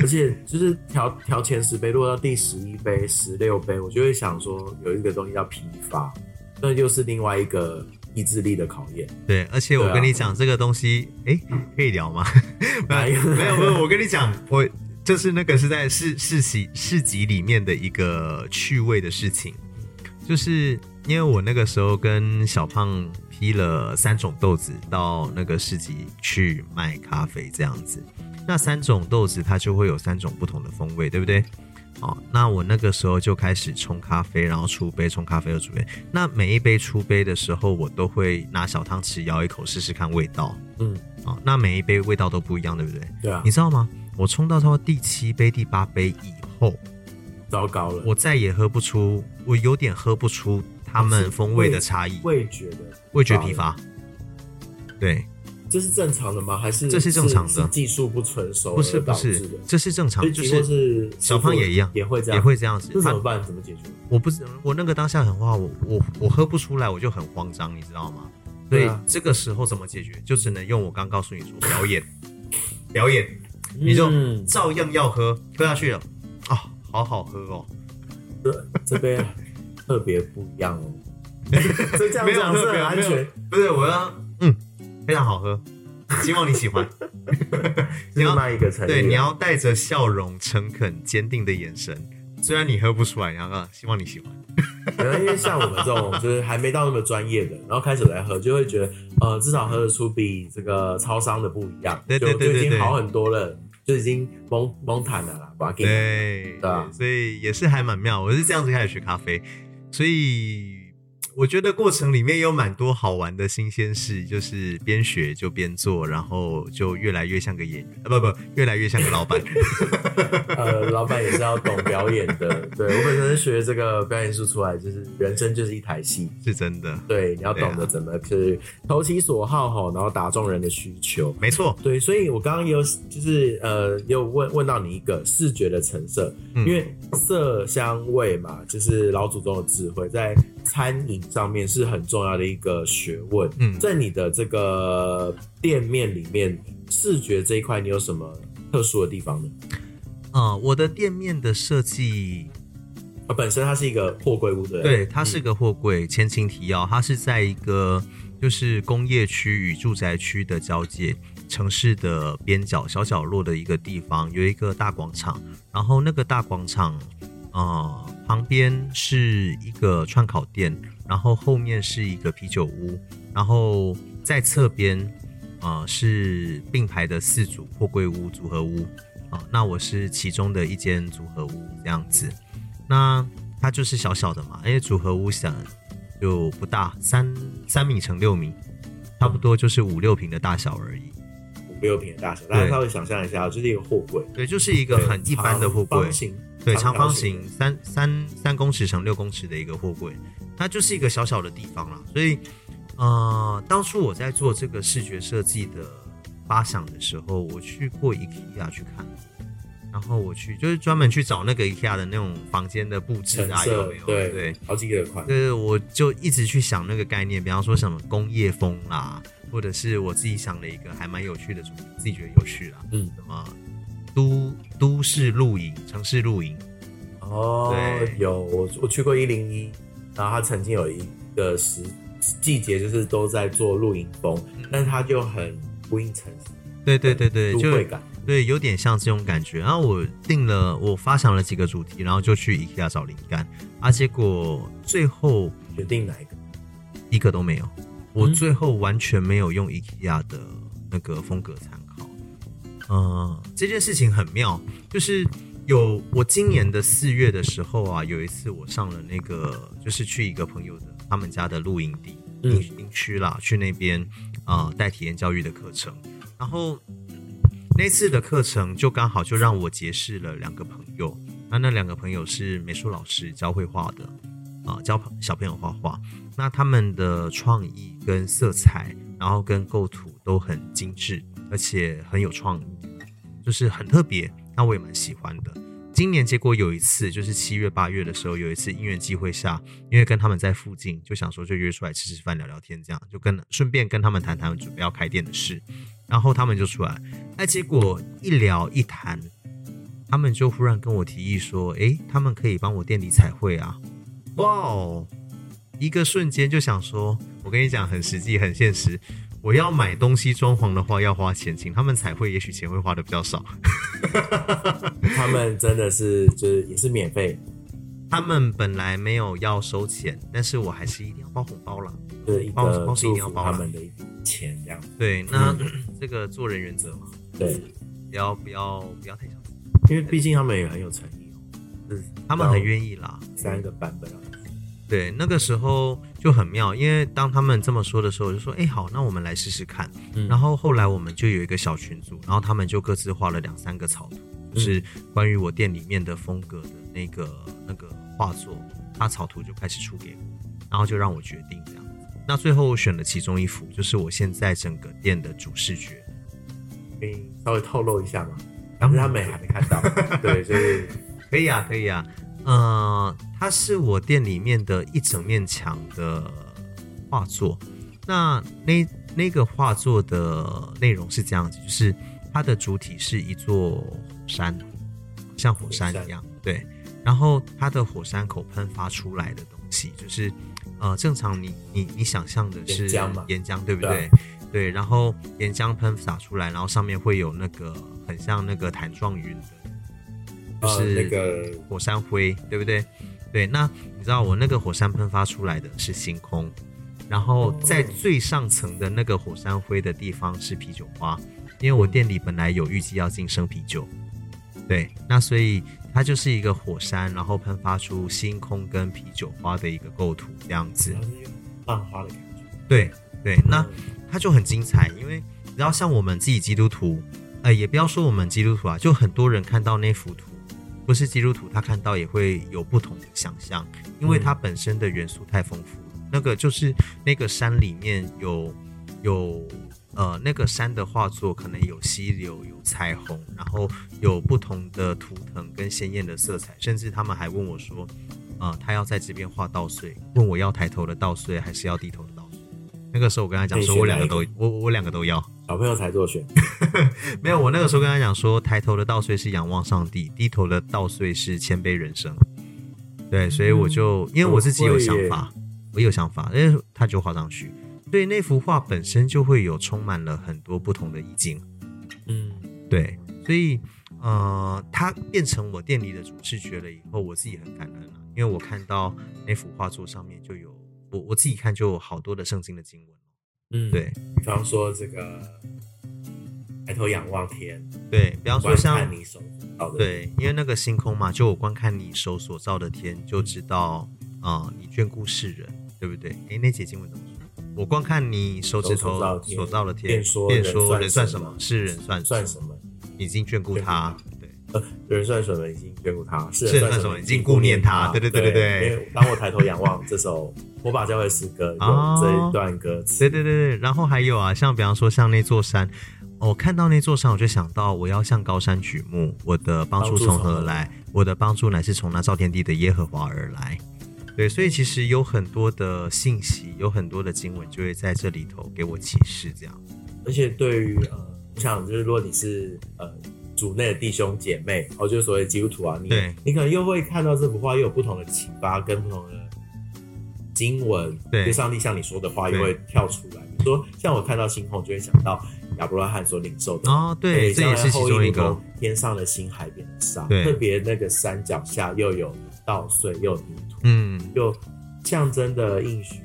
Speaker 1: 而且就是调调前十杯，落到第十一杯、十六杯，我就会想说有一个东西叫疲乏，那又是另外一个意志力的考验。
Speaker 3: 对，而且我
Speaker 1: 对啊
Speaker 3: 跟你讲、这个东西，哎，可以聊吗？
Speaker 1: 哪
Speaker 3: 没
Speaker 1: 一
Speaker 3: 有
Speaker 1: 个
Speaker 3: 没有没有，我跟你讲，我就是那个是在市市集市集里面的一个趣味的事情，就是因为我那个时候跟小胖批了三种豆子到那个市集去卖咖啡这样子，那三种豆子它就会有三种不同的风味，对不对？哦，那我那个时候就开始冲咖啡，然后出杯，冲咖啡又出杯。那每一杯出杯的时候，我都会拿小汤匙舀一口试试看味道。
Speaker 1: 嗯，
Speaker 3: 哦，那每一杯味道都不一样，对不对？
Speaker 1: 对啊
Speaker 3: 你，知道吗？我冲到到第七杯、第八杯以后，
Speaker 1: 糟糕了，
Speaker 3: 我再也喝不出，我有点喝不出他们风味的差异，
Speaker 1: 味觉的
Speaker 3: 味觉疲乏。对，
Speaker 1: 这是正常的吗？还是
Speaker 3: 这是正常的
Speaker 1: 是技术不成熟
Speaker 3: 不是
Speaker 1: 而
Speaker 3: 不
Speaker 1: 导致
Speaker 3: 是
Speaker 1: 的？，
Speaker 3: 这是正常
Speaker 1: 所以，
Speaker 3: 就
Speaker 1: 即或
Speaker 3: 是
Speaker 1: 是
Speaker 3: 小胖也一样
Speaker 1: 也会这样，
Speaker 3: 也会这样子。
Speaker 1: 这怎
Speaker 3: 他
Speaker 1: 么办？怎么解决？
Speaker 3: 我不知我那个当下很慌，我我我喝不出来，我就很慌张，你知道吗？所
Speaker 1: 对
Speaker 3: 以
Speaker 1: 啊
Speaker 3: 这个时候怎么解决，就只能用我刚告诉你说表演，表演，你就
Speaker 1: 嗯
Speaker 3: 照样要喝，喝下去了，啊、好好喝哦，
Speaker 1: 这这杯特别不一样
Speaker 3: (laughs)
Speaker 1: 哦，所以这样
Speaker 3: 没有
Speaker 1: 讲
Speaker 3: 没有
Speaker 1: 是很安
Speaker 3: 没有
Speaker 1: 全。
Speaker 3: 不是我要，嗯，非常好
Speaker 1: (laughs)
Speaker 3: 喝，希望你喜欢。
Speaker 1: 另
Speaker 3: 你要
Speaker 1: 外一个成语啊
Speaker 3: 对，你要带着笑容、诚恳、坚定的眼神，虽然你喝不出来，然后啊希望你喜欢。
Speaker 1: 可能因为像我们这种就是还没到那么专业的，然后开始来喝，就会觉得呃，至少喝得出比这个超商的不一样，
Speaker 3: 对对
Speaker 1: 就
Speaker 3: 对
Speaker 1: 就
Speaker 3: 对
Speaker 1: 已经
Speaker 3: 对
Speaker 1: 好很多了，就已经蒙蒙坦了啦，把给
Speaker 3: 对，
Speaker 1: 对啊
Speaker 3: 所以也是还蛮妙。我是这样子开始学咖啡，所以我觉得过程里面有蛮多好玩的新鲜事，就是边学就边做，然后就越来越像个演员，啊不不，越来越像个
Speaker 1: (laughs)
Speaker 3: 老板。
Speaker 1: 呃，老板也是要懂表演的，对我本身是学这个表演术出来，就是人生就是一台戏，
Speaker 3: 是真的，
Speaker 1: 对，你要懂
Speaker 3: 对
Speaker 1: 得
Speaker 3: 啊
Speaker 1: 怎么去投其所好吼，然后打中人的需求。
Speaker 3: 没错，
Speaker 1: 对，所以我刚刚也有就是呃，也有问问到你一个视觉的成色，
Speaker 3: 嗯
Speaker 1: 因为色香味嘛，就是老祖宗的智慧，在餐饮上面是很重要的一个学问。
Speaker 3: 嗯
Speaker 1: 在你的这个店面里面，视觉这一块你有什么特殊的地方呢？
Speaker 3: 啊、我的店面的设计，
Speaker 1: 啊，本身它是一个货柜屋，对不
Speaker 3: 对，它是个货柜。前情提要，它是在一个就是工业区与住宅区的交界，城市的边角小角落的一个地方，有一个大广场，然后那个大广场，呃，旁边是一个串烤店，然后后面是一个啤酒屋，然后在侧边，呃，是并排的四组货柜屋组合屋，啊、那我是其中的一间组合屋这样子。那它就是小小的嘛，因为组合屋想就不大，三三米乘六米，差不多就是五六平的大小而已。
Speaker 1: 五六平的大小，大家
Speaker 3: 对
Speaker 1: 稍微想象一下，就是一个货柜，
Speaker 3: 对，就是一个很一般的货
Speaker 1: 长
Speaker 3: 柜
Speaker 1: 方，形，
Speaker 3: 对，长方
Speaker 1: 的
Speaker 3: 形，三三三公尺乘六公尺的一个货柜，它就是一个小小的地方啦。所以，呃，当初我在做这个视觉设计的发想的时候，我去过 IKEA 去看，然后我去就是专门去找那个 IKEA 的那种房间的布置
Speaker 1: 橙
Speaker 3: 啊，有
Speaker 1: 色
Speaker 3: 没有？，对
Speaker 1: 对，好几个款，
Speaker 3: 对，我就一直去想那个概念，比方说什么工业风啦，或者是我自己想了一个还蛮有趣的主题，自己觉得有趣啦，
Speaker 1: 嗯，
Speaker 3: 什么都都市露营、城市露营，
Speaker 1: 哦，
Speaker 3: 对
Speaker 1: 有我我去过一零一，然后他曾经有一个时季节就是都在做露营风，但是他就很不应城市
Speaker 3: 嗯对对对对，
Speaker 1: 都
Speaker 3: 就
Speaker 1: 会感。
Speaker 3: 对，有点像这种感觉。然后我定了，我发想了几个主题，然后就去 IKEA 找灵感啊，结果最后
Speaker 1: 决定哪一个？
Speaker 3: 一个都没有。我
Speaker 1: 嗯
Speaker 3: 最后完全没有用 IKEA 的那个风格参考。嗯，这件事情很妙，就是有我今年的四月的时候啊，有一次我上了那个，就是去一个朋友的他们家的露营地
Speaker 1: 嗯
Speaker 3: 营营区啦，去那边啊带体验教育的课程，然后。那次的课程就刚好就让我结识了两个朋友，那那两个朋友是美术老师，教绘画的，啊、教小朋友画画。那他们的创意跟色彩，然后跟构图都很精致，而且很有创意，就是很特别。那我也蛮喜欢的。今年结果有一次，就是七月八月的时候，有一次因缘机会下，因为跟他们在附近，就想说就约出来吃吃饭、聊聊天，这样就跟顺便跟他们谈谈准备要开店的事。然后他们就出来，哎，结果一聊一谈，他们就忽然跟我提议说，诶，他们可以帮我店里彩绘啊！哇哦，一个瞬间就想说，我跟你讲，很实际，很现实。我要买东西装潢的话要花钱，请他们彩绘，也许钱会花的比较少。
Speaker 1: 他们真的是就是也是免费，
Speaker 3: 他们本来没有要收钱，但是我还是一定要包红包了。
Speaker 1: 就是一
Speaker 3: 包
Speaker 1: 个
Speaker 3: 包是一
Speaker 1: 祝
Speaker 3: 定要
Speaker 1: 福
Speaker 3: 包啊
Speaker 1: 他
Speaker 3: 啦
Speaker 1: 们的一笔钱这样。
Speaker 3: 对，那、这个做人原则嘛，
Speaker 1: 对，
Speaker 3: 不要不要不要太小气，
Speaker 1: 因为毕竟他们也很有诚意哦，就是
Speaker 3: 他们很愿意啦。
Speaker 1: 三个版本啊。
Speaker 3: 对，那个时候就很妙，因为当他们这么说的时候，我就说：“哎，好，那我们来试试看。
Speaker 1: 嗯
Speaker 3: 然后后来我们就有一个小群组，然后他们就各自画了两三个草图，就是关于我店里面的风格的那个那个画作，他草图就开始出给我，然后就让我决定这样子。那最后我选了其中一幅，就是我现在整个店的主视觉。
Speaker 1: 可以稍微透露一下吗？但
Speaker 3: 然后
Speaker 1: 是他们也还没看到。
Speaker 3: (laughs)
Speaker 1: 对，就是
Speaker 3: 可以啊，可以啊。呃，它是我店里面的一整面墙的画作。那那那个画作的内容是这样子，就是它的主体是一座山，像火山一样，对。然后它的火山口喷发出来的东西，就是呃，正常你你你想象的是
Speaker 1: 岩浆嘛
Speaker 3: 岩浆对不
Speaker 1: 对啊
Speaker 3: 对？对，然后岩浆喷洒出来，然后上面会有那个很像那个弹状云的就是
Speaker 1: 呃那个
Speaker 3: 火山灰，对不对？对，那你知道我那个火山喷发出来的是星空，然后在最上层的那个火山灰的地方是啤酒花，因为我店里本来有预计要进生啤酒，对，那所以它就是一个火山，然后喷发出星空跟啤酒花的一个构图这样子
Speaker 1: 然。后是用浪花的感觉。
Speaker 3: 对对，那它就很精彩，因为你知道，像我们自己基督徒，呃，也不要说我们基督徒啊，就很多人看到那幅图，不是基督徒，他看到也会有不同的想象，因为它本身的元素太丰富了。那个就是那个山里面有有呃那个山的画作，可能有溪流、有彩虹，然后有不同的图腾跟鲜艳的色彩，甚至他们还问我说。呃，他要在这边画稻穗，问我要抬头的稻穗还是要低头的稻穗。那个时候我跟他讲
Speaker 1: 可以
Speaker 3: 说，
Speaker 1: 选
Speaker 3: 我两个
Speaker 1: 哪一
Speaker 3: 都，我我两个都要。
Speaker 1: 小朋友才做选，
Speaker 3: 没有，我那个时候跟他讲说，抬头的稻穗是仰望上帝，低头的稻穗是谦卑人生。对，所以我就、因为我自己有想法，我有想法，因为他就画上去，所以那幅画本身就会有充满了很多不同的意境。
Speaker 1: 嗯，
Speaker 3: 对，所以呃，它变成我店里的主视觉了以后，我自己很感恩了、因为我看到那幅画作上面就有我我自己看就有好多的圣经的经文。
Speaker 1: 嗯，
Speaker 3: 对
Speaker 1: 比方说这个抬头仰望天，
Speaker 3: 对，比方说
Speaker 1: 观
Speaker 3: 啊像
Speaker 1: 看你手到的，
Speaker 3: 对，因为那个星空嘛，就我观看你手所造的天，就知道啊、呃你眷顾世人，对不对？诶，那节经文怎么说？我观看你手指头所造的天，
Speaker 1: 便说
Speaker 3: 便
Speaker 1: 人
Speaker 3: 说
Speaker 1: 算
Speaker 3: 人算
Speaker 1: 什
Speaker 3: 什
Speaker 1: 么
Speaker 3: 么？是人算
Speaker 1: 算
Speaker 3: 么？
Speaker 1: 什么？
Speaker 3: 已经眷顾
Speaker 1: 眷顾
Speaker 3: 他。对，
Speaker 1: 呃，人算什么已经眷顾他，是
Speaker 3: 是
Speaker 1: 人算
Speaker 3: 算
Speaker 1: 什
Speaker 3: 什
Speaker 1: 么
Speaker 3: 么已经顾念他对
Speaker 1: 对
Speaker 3: 对对对对
Speaker 1: 因为当我抬头仰望这首火把教会诗歌有
Speaker 3: 哦
Speaker 1: 这一段歌词，
Speaker 3: 对对对对，然后还有啊，像比方说像那座山，我、看到那座山，我就想到我要向高山举目，我的帮助从何而来？我的帮助乃是从那造天地的耶和华而来。对，所以其实有很多的信息，有很多的经文就会在这里头给我启示，这样。
Speaker 1: 而且对于呃，我想就是如果你是呃组内的弟兄姐妹，哦，就是所谓基督徒啊，你
Speaker 3: 对
Speaker 1: 你可能又会看到这幅画，又有不同的启发跟不同的经文，
Speaker 3: 对
Speaker 1: 就上帝向你说的话
Speaker 3: 对
Speaker 1: 也会跳出来。比如说，像我看到星空，就会想到亚伯拉罕所领受的。
Speaker 3: 哦，对，这也是其中一
Speaker 1: 像
Speaker 3: 个
Speaker 1: 后，天上的星，海边的沙，
Speaker 3: 对
Speaker 1: 特别那个山脚下又有稻穗，又有泥土，
Speaker 3: 嗯，
Speaker 1: 就象征的应许。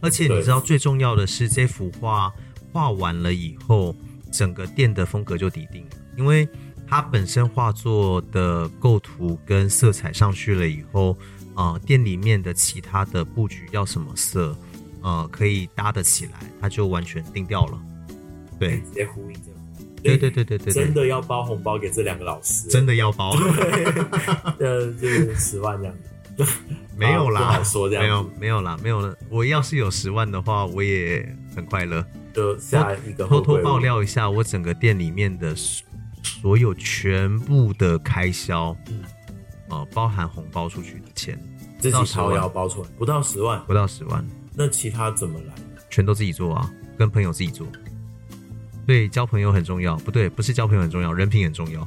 Speaker 3: 而且你知道最重要的是，这幅画画完了以后，整个店的风格就底定了，因为它本身画作的构图跟色彩上去了以后，呃，店里面的其他的布局要什么色，呃，可以搭得起来，它就完全定掉了。对，
Speaker 1: 直接呼应这个。
Speaker 3: 对对对对对
Speaker 1: 真
Speaker 3: 对，
Speaker 1: 的要包红包给这两个老师，
Speaker 3: 真的
Speaker 1: (laughs)
Speaker 3: 要包，
Speaker 1: 呃，就是十万这样子，
Speaker 3: 没有
Speaker 1: 不
Speaker 3: 啦
Speaker 1: 好，说这
Speaker 3: 没
Speaker 1: 样
Speaker 3: 有
Speaker 1: 子，
Speaker 3: 没有啦，没有了。我要是有十万的话，我也很快乐。
Speaker 1: 就下一个
Speaker 3: 偷
Speaker 1: 后
Speaker 3: 偷
Speaker 1: 会
Speaker 3: 爆料一下，我整个店里面的所所有全部的开销，
Speaker 1: 嗯
Speaker 3: 呃，包含红包出去的钱
Speaker 1: 自
Speaker 3: 到
Speaker 1: 己
Speaker 3: 10万
Speaker 1: 掏腰包出来，不到十万，
Speaker 3: 不到十万，
Speaker 1: 那其他怎么来？
Speaker 3: 全都自己做啊，跟朋友自己做。对，交朋友很重要，不对，不是交朋友很重要，人品很重要。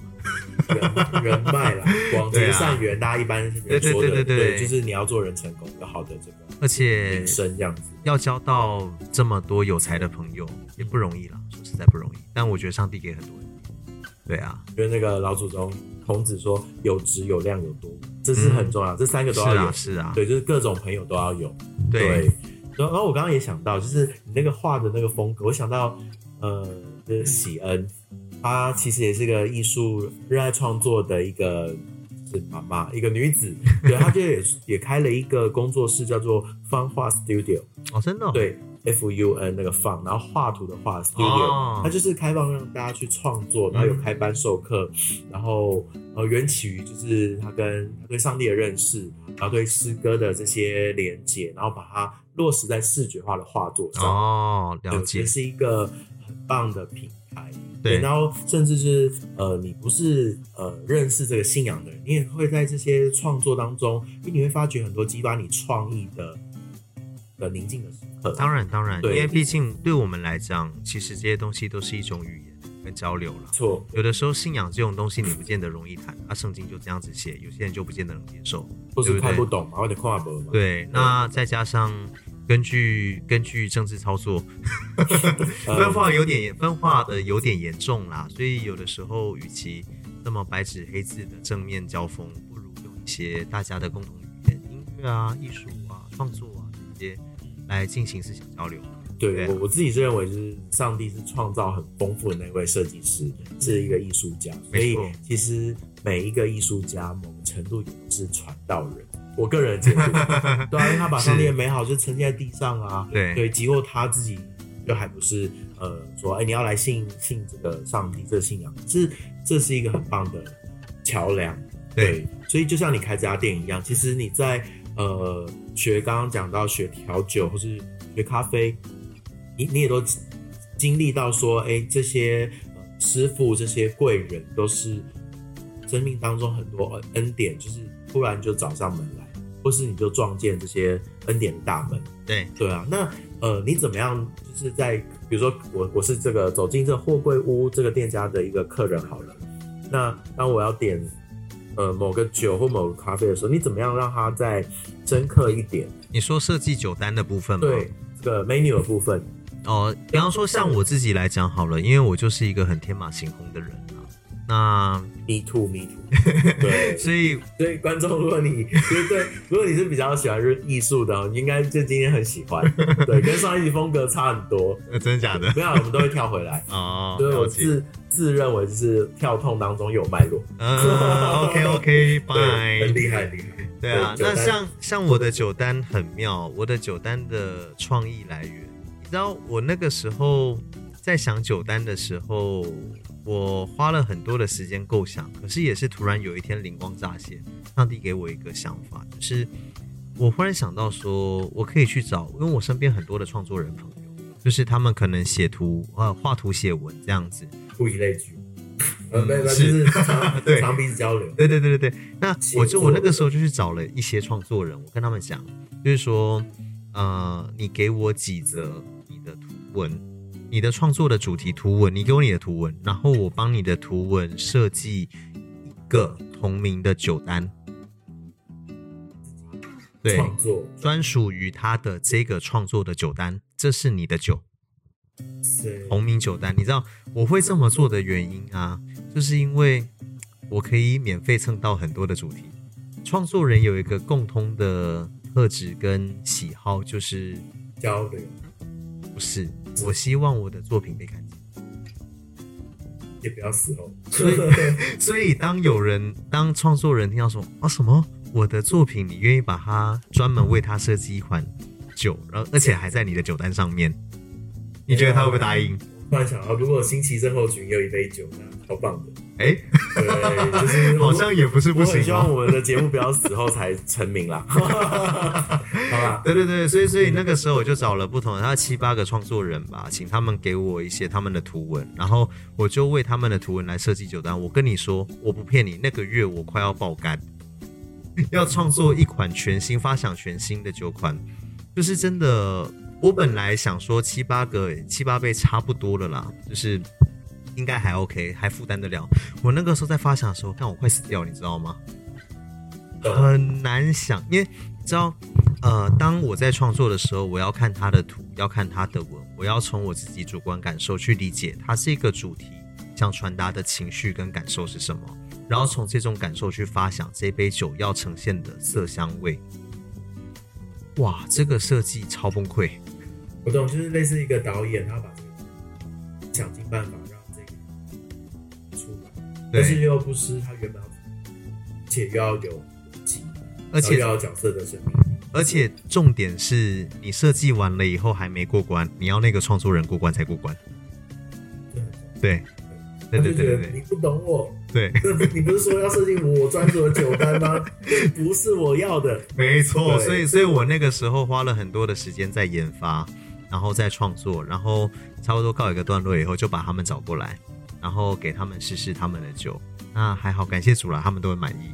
Speaker 1: 人 (laughs) 人脉啦，广
Speaker 3: 对
Speaker 1: 结
Speaker 3: 啊
Speaker 1: 善缘，大家一般人说的，
Speaker 3: 对对对对对
Speaker 1: 就是你要做人成功，有好的这个
Speaker 3: 而且
Speaker 1: 名声这样子。
Speaker 3: 要交到这么多有才的朋友也不容易啦，说实在不容易。但我觉得上帝给很多人，对啊，
Speaker 1: 就是那个老祖宗孔子说，有质有量有多，这是很重要，这三个
Speaker 3: 嗯是
Speaker 1: 都要有
Speaker 3: 啊，，是啊，
Speaker 1: 对，就是各种朋友都要有。
Speaker 3: 对，
Speaker 1: 然后然后我刚刚也想到，就是你那个画的那个风格，我想到呃，就是喜恩，她其实也是个艺术热爱创作的一个。是妈妈，一个女子，对，她就也也开了一个工作室，叫做方画 Studio，
Speaker 3: 哦，真的哦、
Speaker 1: 对，F U N 那个放，然后画图的画 Studio，、它
Speaker 3: 哦
Speaker 1: 就是开放让大家去创作，然后
Speaker 3: 嗯
Speaker 1: 有开班授课，然后呃，缘起于就是他跟他对上帝的认识，然后对诗歌的这些连接，然后把它落实在视觉化的画作上，
Speaker 3: 哦，
Speaker 1: 对
Speaker 3: 了
Speaker 1: 我觉
Speaker 3: 解
Speaker 1: 得，是一个很棒的平台。
Speaker 3: 对
Speaker 1: 然后甚至是呃，你不是呃认识这个信仰的人，你也会在这些创作当中，因为你会发掘很多激发你创意的的宁静的时刻。
Speaker 3: 当然，当然，因
Speaker 1: 对
Speaker 3: 为毕竟对我们来讲，其实这些东西都是一种语言跟交流了
Speaker 1: 没。错，
Speaker 3: 有的时候信仰这种东西，你不见得容易谈，啊，圣经就这样子写，有些人就不见得能接受。
Speaker 1: 或
Speaker 3: 对
Speaker 1: 是
Speaker 3: 不对
Speaker 1: 看不懂嘛，或者跨博嘛，
Speaker 3: 对，那再加上根据根据政治操作， (laughs)
Speaker 1: 呃
Speaker 3: 分化有点分化的有点严重啦，所以有的时候与其那么白纸黑字的正面交锋，不如用一些大家的共同语言，音乐啊、艺术啊、创作啊这些来进行思想交流。对
Speaker 1: 对
Speaker 3: 啊
Speaker 1: 我我自己是认为，就是上帝是创造很丰富的那位设计师，是一个艺术家，所
Speaker 3: 没
Speaker 1: 以
Speaker 3: 错
Speaker 1: 其实每一个艺术家某个程度也是传道人。我个人的解读，
Speaker 3: (laughs)
Speaker 1: 对啊，因为他把上帝的美好就呈现在地上啊，
Speaker 3: 对
Speaker 1: 对，即或他自己就还不是呃说，哎、你要来信信这个上帝这个信仰，是这是一个很棒的桥梁，对，所以就像你开这家店一样，其实你在呃学刚刚讲到学调酒或是学咖啡，你你也都经历到说，哎、这些、呃、师傅这些贵人都是生命当中很多恩恩典，就是突然就找上门来，或是你就撞见这些恩典的大门。
Speaker 3: 对，
Speaker 1: 对啊，那呃，你怎么样？就是在比如说我我是这个走进这货柜屋这个店家的一个客人好了，那当我要点呃某个酒或某个咖啡的时候，你怎么样让它再深刻一点？
Speaker 3: 你说设计酒单的部分吗？
Speaker 1: 对这个 menu 的部分，
Speaker 3: 哦，比方说像我自己来讲好了，因为我就是一个很天马行空的人啊。那
Speaker 1: me too me too，对。
Speaker 3: (laughs) 所以
Speaker 1: 所以观众，如果你就是对，如果你是比较喜欢就是艺术的哦，你应该就今天很喜
Speaker 3: (laughs)
Speaker 1: 欢，对，跟上一集风格差很多。
Speaker 3: 呃，真的假的？
Speaker 1: 不要，我们都会跳回
Speaker 3: (laughs)
Speaker 1: 来。
Speaker 3: 哦，
Speaker 1: 所以我
Speaker 3: 了解。
Speaker 1: 自自认为就是跳痛当中有脉络，
Speaker 3: 嗯，OK OK，
Speaker 1: (laughs) 对，很
Speaker 3: 拜。
Speaker 1: 厉害，很厉害。
Speaker 3: 对啊，
Speaker 1: 对
Speaker 3: 那
Speaker 1: 酒单
Speaker 3: 像像我的酒单很妙，我的酒单的创意来源，你知道我那个时候在想酒单的时候，我花了很多的时间构想，可是也是突然有一天灵光乍现，上帝给我一个想法，就是我忽然想到说，我可以去找，因为我身边很多的创作人朋友，就是他们可能写图呃画图写文这样子，
Speaker 1: 物以类 (laughs) 聚，呃，没有，没有就是是长
Speaker 3: 对
Speaker 1: (laughs) 长彼此交流。
Speaker 3: 对对对对对，那
Speaker 1: 写
Speaker 3: 我就
Speaker 1: 作
Speaker 3: 我那个时候就去找了一些创作人，我跟他们讲，就是说，呃，你给我几则你的图文，你的创作的主题图文，你给我你的图文，然后我帮你的图文设计一个同名的酒单。对
Speaker 1: 创作
Speaker 3: 专属于他的这个创作的酒单，这是你的酒，
Speaker 1: 对
Speaker 3: 同名酒单。你知道我会这么做的原因啊，就是因为我可以免费蹭到很多的主题。创作人有一个共通的特质跟喜好，就是
Speaker 1: 交流，
Speaker 3: 不是我希望我的作品被看见。
Speaker 1: 也不要死哦。
Speaker 3: 所以，所以当有人当创作人听到说啊什么我的作品，你愿意把它专门为他设计一款酒，然后而且还在你的酒单上面，你觉得他会不会答应？
Speaker 1: 突然想到，如果新奇症候群也有一杯酒，那超棒的。
Speaker 3: 哎、
Speaker 1: 对，就是我
Speaker 3: 好像也不是不
Speaker 1: 我很
Speaker 3: 行
Speaker 1: 希望
Speaker 3: 哦。
Speaker 1: 我们的节目不要死后才成名 (laughs) 啦。好啦，
Speaker 3: 对对对，所以所以那个时候我就找了不同的，他七八个创作人吧，请他们给我一些他们的图文，然后我就为他们的图文来设计酒单。我跟你说，我不骗你，那个月我快要爆肝， (laughs) 要创作一款全新发想全新的酒款，就是真的。我本来想说七八个七八倍差不多了啦，就是应该还 OK，还负担得了。我那个时候在发想的时候，看我快死掉，你知道吗？
Speaker 1: 懂
Speaker 3: 很难想，因为你知道，呃，当我在创作的时候，我要看他的图，要看他的文，我要从我自己主观感受去理解他这个主题想传达的情绪跟感受是什么，然后从这种感受去发想这杯酒要呈现的色香味。哇，这个设计超崩溃。
Speaker 1: 我懂，就是类似一个导演，他把这个想尽办法让这个出来，但是
Speaker 3: 对，
Speaker 1: 又不失他原本要，而且又要有逻辑，
Speaker 3: 而且
Speaker 1: 然后又要有角色的生命。
Speaker 3: 而且重点是你设计完了以后还没过关，你要那个创作人过关才过关。
Speaker 1: 对
Speaker 3: 对，
Speaker 1: 他
Speaker 3: 对
Speaker 1: 就
Speaker 3: 对
Speaker 1: 觉
Speaker 3: 对
Speaker 1: 得
Speaker 3: 对
Speaker 1: 你不懂我，
Speaker 3: 对。
Speaker 1: 这不你不是说要设计我专属的酒单吗？ (laughs) 这不是我要的。
Speaker 3: (laughs) 没错，
Speaker 1: 对
Speaker 3: 所以所以我那个时候花了很多的时间在研发，然后在创作，然后差不多告一个段落以后，就把他们找过来，然后给他们试试他们的酒。那还好，感谢主啦，他们都很满意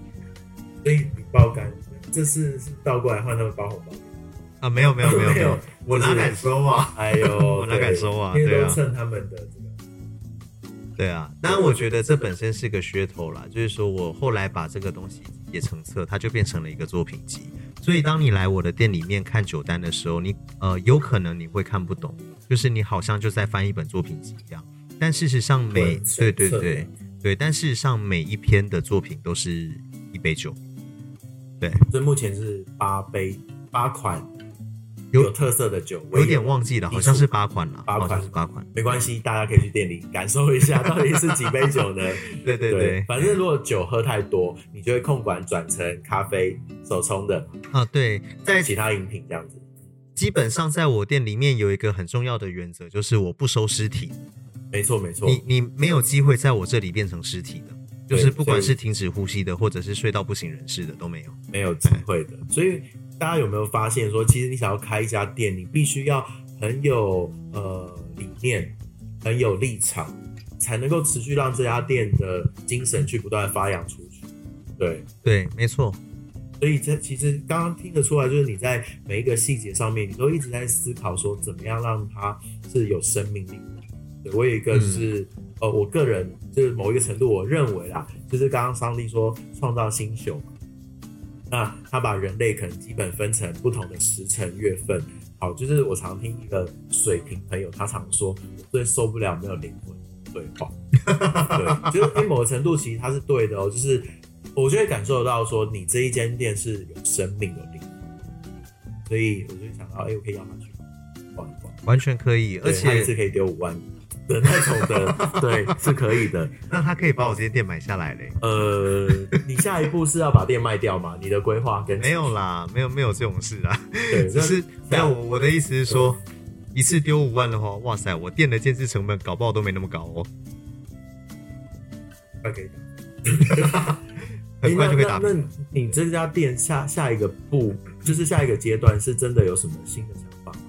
Speaker 1: 所以你包干，这次是倒过来换他们包红包。
Speaker 3: 啊。没有没有没有
Speaker 1: 没
Speaker 3: 没
Speaker 1: 有
Speaker 3: 有， (laughs) 我哪敢收啊？
Speaker 1: 哎呦，
Speaker 3: (laughs) 我哪敢收啊
Speaker 1: 对因为
Speaker 3: 对
Speaker 1: 都
Speaker 3: 啊
Speaker 1: 蹭他们的这个，
Speaker 3: 对啊，当然我觉得这本身是个噱头啦，就是说我后来把这个东西也成册，它就变成了一个作品集。所以当你来我的店里面看酒单的时候，你呃有可能你会看不懂，就是你好像就在翻一本作品集一样。但事实上每
Speaker 1: 文成
Speaker 3: 对对
Speaker 1: 册
Speaker 3: 对对，但事实上每一篇的作品都是一杯酒，
Speaker 1: 所以目前是八杯八款
Speaker 3: 有
Speaker 1: 有特色的酒，
Speaker 3: 有点忘记了，好像是八款了，
Speaker 1: 八款
Speaker 3: 好像是八款。
Speaker 1: 没关系，大家可以去店里感受一
Speaker 3: (laughs)
Speaker 1: 下，到底是几杯酒呢？
Speaker 3: 对对对
Speaker 1: 反正如果酒喝太多，你就会控管转成咖啡、手冲的
Speaker 3: 啊，对，在
Speaker 1: 其他饮品这样子。
Speaker 3: 基本上在我店里面有一个很重要的原则，就是我不收尸体。
Speaker 1: 没错没错，
Speaker 3: 你你没有机会在我这里变成尸体的，
Speaker 1: 对
Speaker 3: 就是不
Speaker 1: 所
Speaker 3: 管
Speaker 1: 以
Speaker 3: 是停止呼吸的，或者是睡到不省人事的都没有。
Speaker 1: 没有机会的。所以大家有没有发现说，其实你想要开一家店，你必须要很有呃理念，很有立场，才能够持续让这家店的精神去不断地发扬出去。对，
Speaker 3: 对，没错，
Speaker 1: 所以这其实刚刚听得出来，就是你在每一个细节上面，你都一直在思考说怎么样让它是有生命力的。对我有一个就是、呃，我个人就是某一个程度，我认为啦，就是刚刚桑利说创造新秀嘛，那他把人类可能基本分成不同的时辰月份。好，就是我常听一个水瓶朋友，他常说我最受不了没有灵魂的对话。对，就是因为某个程度其实它是对的哦，就是我就会感受到说你这一间店是有生命有灵魂，所以我就想到，哎、我可以邀他去逛一逛，
Speaker 3: 完全可以。而
Speaker 1: 对他一
Speaker 3: 且
Speaker 1: 次可以丢五万的那种的，对，是可以的。
Speaker 3: 那他可以把我这间店买下来嘞？
Speaker 1: 呃，你下一步是要把店卖掉吗？你的规划跟
Speaker 3: 没有啦，没有没有这种事啊。
Speaker 1: 对，
Speaker 3: 只是没
Speaker 1: 那
Speaker 3: 有我我的意思是说，一次丢五万的话，哇塞，我店的建制成本搞不好都没那么高哦，
Speaker 1: 快可以打
Speaker 3: 很快就可以打
Speaker 1: 诶那那那你这家店下下一个步，就是下一个阶段，是真的有什么新的想法吗？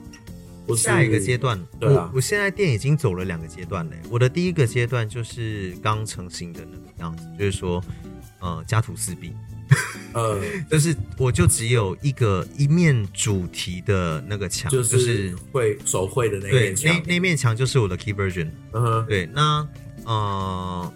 Speaker 1: 我是
Speaker 3: 下一个阶段，
Speaker 1: 对啊
Speaker 3: 我我现在店已经走了两个阶段嘞。我的第一个阶段就是刚成型的那个样子，就是说，呃，家徒四壁，
Speaker 1: 呃，
Speaker 3: 就是我就只有一个一面主题的那个墙，
Speaker 1: 就
Speaker 3: 就是
Speaker 1: 会手绘的那
Speaker 3: 对
Speaker 1: 面
Speaker 3: 那
Speaker 1: 墙，
Speaker 3: 那面墙就是我的 key version。
Speaker 1: 嗯哼，
Speaker 3: 对，那呃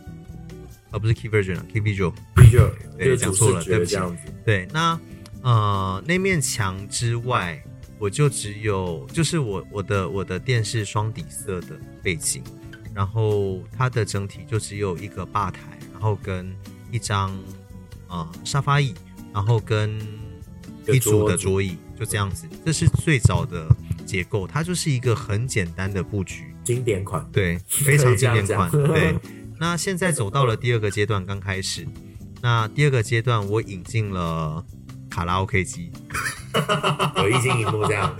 Speaker 3: 呃不是啊 key version 啊，key visual。
Speaker 1: visual
Speaker 3: 对
Speaker 1: 就是
Speaker 3: 讲
Speaker 1: 主
Speaker 3: 错了
Speaker 1: 视
Speaker 3: 对
Speaker 1: 觉
Speaker 3: 不起
Speaker 1: 这样子，
Speaker 3: 对，那呃那面墙之外，我就只有就是我我的我的店是双底色的背景，然后它的整体就只有一个吧台，然后跟一张呃沙发椅，然后跟一组的桌椅，就这样子。这是最早的结构，它就是一个很简单的布局。
Speaker 1: 经典款，
Speaker 3: 对，非常经典款。
Speaker 1: 可以这样讲
Speaker 3: (laughs) 对，那现在走到了第二个阶段，刚开始。那第二个阶段，我引进了卡拉 OK 机，
Speaker 1: 有液晶荧幕这
Speaker 3: (laughs)
Speaker 1: 样，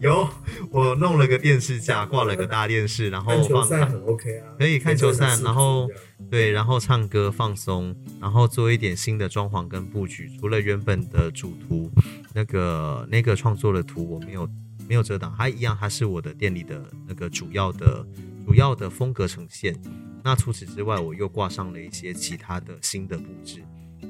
Speaker 3: 有我弄了个电视架，挂了个大电视，然后
Speaker 2: 看球
Speaker 3: 放
Speaker 2: 赛很 OK 啊，
Speaker 3: 可以看球赛
Speaker 2: 看
Speaker 3: 然后
Speaker 2: 这样
Speaker 1: 啊
Speaker 3: 对，然后唱歌放松，然后做一点新的装潢跟布局。除了原本的主图，那个那个创作的图我没有没有遮挡，它一样，它是我的店里的那个主要的主要的风格呈现。那除此之外，我又挂上了一些其他的新的布置，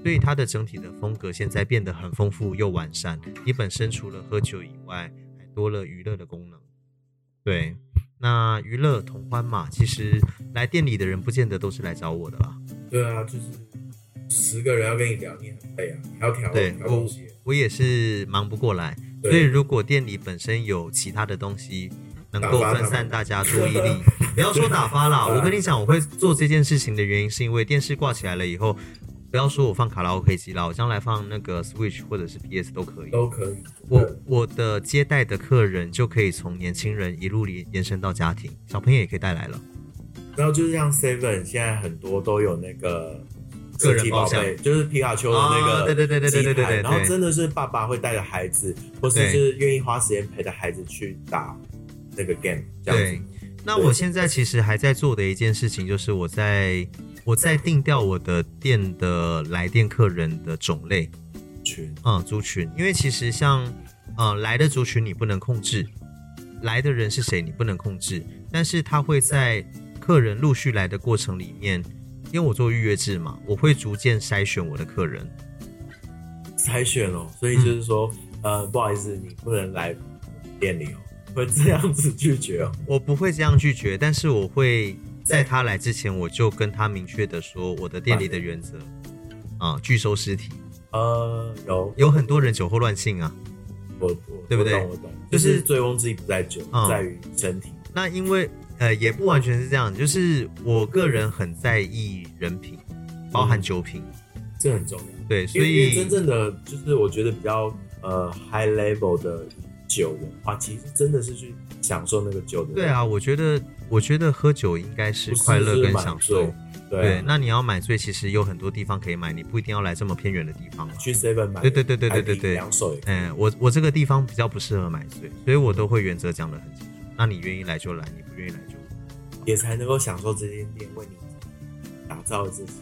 Speaker 3: 所以它的整体的风格现在变得很丰富又完善。你本身除了喝酒以外，还多了娱乐的功能。对，那娱乐同欢嘛，其实来店里的人不见得都是来找我的啦。
Speaker 2: 对啊，就是十个人要跟你聊，你很累啊，你还要调
Speaker 3: 对
Speaker 2: 调东西，
Speaker 3: 我也是忙不过来，
Speaker 2: 对
Speaker 3: 所以如果店里本身有其他的东西能够
Speaker 2: 打发他们
Speaker 3: 分散大
Speaker 2: (laughs)
Speaker 3: 家注意力，不要说打发啦。我跟你讲，我会做这件事情的原因是因为电视挂起来了以后，不要说我放卡拉 OK 机啦，我将来放那个 Switch 或者是 PS 都可以。
Speaker 2: 都可以。
Speaker 3: 我我的接待的客人就可以从年轻人一路延延伸到家庭，小朋友也可以带来了。
Speaker 1: 然后就是像 Seven 现在很多都有那个
Speaker 3: 个人
Speaker 1: 神奇宝
Speaker 3: 包厢
Speaker 1: 贝，就是皮卡丘的那个、
Speaker 3: 啊对对对对对对对对
Speaker 1: 然后真的是爸爸会带着孩子，或是
Speaker 3: 对
Speaker 1: 就是愿意花时间陪着孩子去打那个 game 这样
Speaker 3: 对
Speaker 1: 子。，
Speaker 3: 那
Speaker 1: 对
Speaker 3: 我现在其实还在做的一件事情，就是我在我在定调我的店的来电客人的种类，
Speaker 1: 群
Speaker 3: 嗯，族群，因为其实像呃来的族群你不能控制，来的人是谁你不能控制，但是他会在客人陆续来的过程里面，因为我做预约制嘛，我会逐渐筛选我的客人。
Speaker 1: 筛选哦，所
Speaker 3: 嗯
Speaker 1: 以就是说，呃，不好意思，你不能来店里哦， (laughs) 会这样子拒绝哦。
Speaker 3: 我不会这样拒绝，但是我会在他来之前，我就跟他明确的说我的店里的原则，啊、拒收尸体。
Speaker 1: 呃，有
Speaker 3: 有很多人酒后乱性啊，
Speaker 1: 我我
Speaker 3: 对不对
Speaker 1: 我懂我懂，
Speaker 3: 就
Speaker 1: 就是是醉翁之意不在酒，
Speaker 3: 嗯
Speaker 1: 在于身体。
Speaker 3: 那因为呃也不完全是这样，就是我个人很在意人品，包含酒品，
Speaker 1: 这很重要。
Speaker 3: 对，所
Speaker 1: 嗯因为因为真
Speaker 3: 以
Speaker 1: 正的就是我觉得比较呃 high level 的酒文化，其实真的是去享受那个酒的。
Speaker 3: 对，啊，我觉得我觉得喝酒应该是快乐跟享受。。
Speaker 1: 对
Speaker 3: 对，
Speaker 1: 啊，
Speaker 3: 那你要买醉，其实有很多地方可以买，你不一定要来这么偏远的地方啊。
Speaker 1: 去 seven 买，
Speaker 3: 对对对对对对对
Speaker 1: 两手也可以
Speaker 3: 嗯，我我这个地方比较不适合买醉，所以我都会原则讲得很清楚。那你愿意来就来，你不愿意来就不
Speaker 1: 也才能够享受这间店为你打造的这些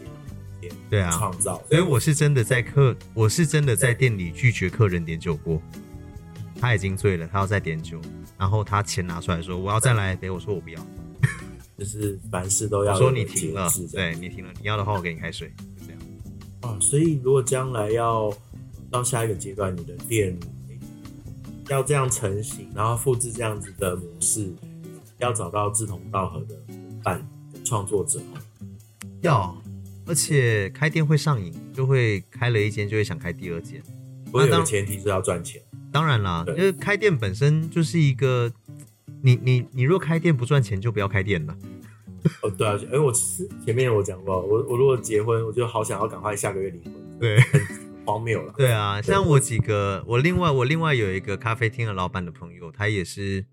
Speaker 1: 点
Speaker 3: 对啊。
Speaker 1: 创造。
Speaker 3: 所以我是真的在客，我是真的在店里拒绝客人点酒过。他已经醉了，他要再点酒，然后他钱拿出来说我要再来一杯，我说我不要，
Speaker 1: 就是凡事都要
Speaker 3: 我说你停了
Speaker 1: 有节制，这样
Speaker 3: 对你停了，你要的话我给你开水，就这样。
Speaker 1: 啊，所以如果将来要到下一个阶段，你的店诶要这样成型，然后复制这样子的模式，要找到志同道合的伙伴、创作者哦，
Speaker 3: 要，而且开店会上瘾，就会开了一间就会想开第二间。
Speaker 1: 不过有
Speaker 3: 当
Speaker 1: 个前提是要赚钱，
Speaker 3: 当然啦，
Speaker 1: 对
Speaker 3: 因为开店本身就是一个，你你你若开店不赚钱，就不要开店了。
Speaker 1: 哦，对啊，哎，我其实前面我讲过，我我如果结婚，我就好想要赶快下个月离婚，
Speaker 3: 对，
Speaker 1: 荒谬了，
Speaker 3: 对啊，像我几个，我另外我另外有一个咖啡厅的老板的朋友，他也是，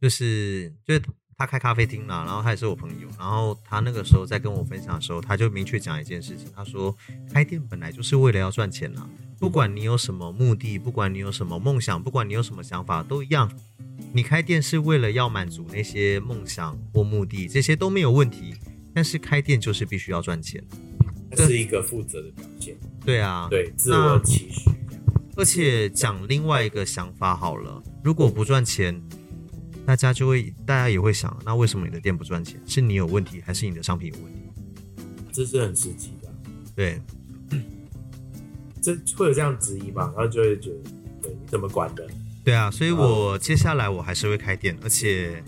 Speaker 3: 就是就是他开咖啡厅啦，然后他也是我朋友，然后他那个时候在跟我分享的时候，他就明确讲一件事情，他说开店本来就是为了要赚钱啦，不管你有什么目的，不管你有什么梦想，不管你有什么想法，都一样。你开店是为了要满足那些梦想或目的，这些都没有问题。但是开店就是必须要赚钱，
Speaker 1: 这是一个负责的表现，
Speaker 3: 对啊，
Speaker 1: 对，自我期许这样。
Speaker 3: 而且讲另外一个想法好了，如果不赚钱，大家就会大家也会想，那为什么你的店不赚钱？是你有问题，还是你的商品有问题？
Speaker 1: 这是很实际的啊、
Speaker 3: 对，
Speaker 1: 这会有这样质疑嘛？然后就会觉得，对，你怎么管的？
Speaker 3: 对啊，所以我接下来我还是会开店，而且，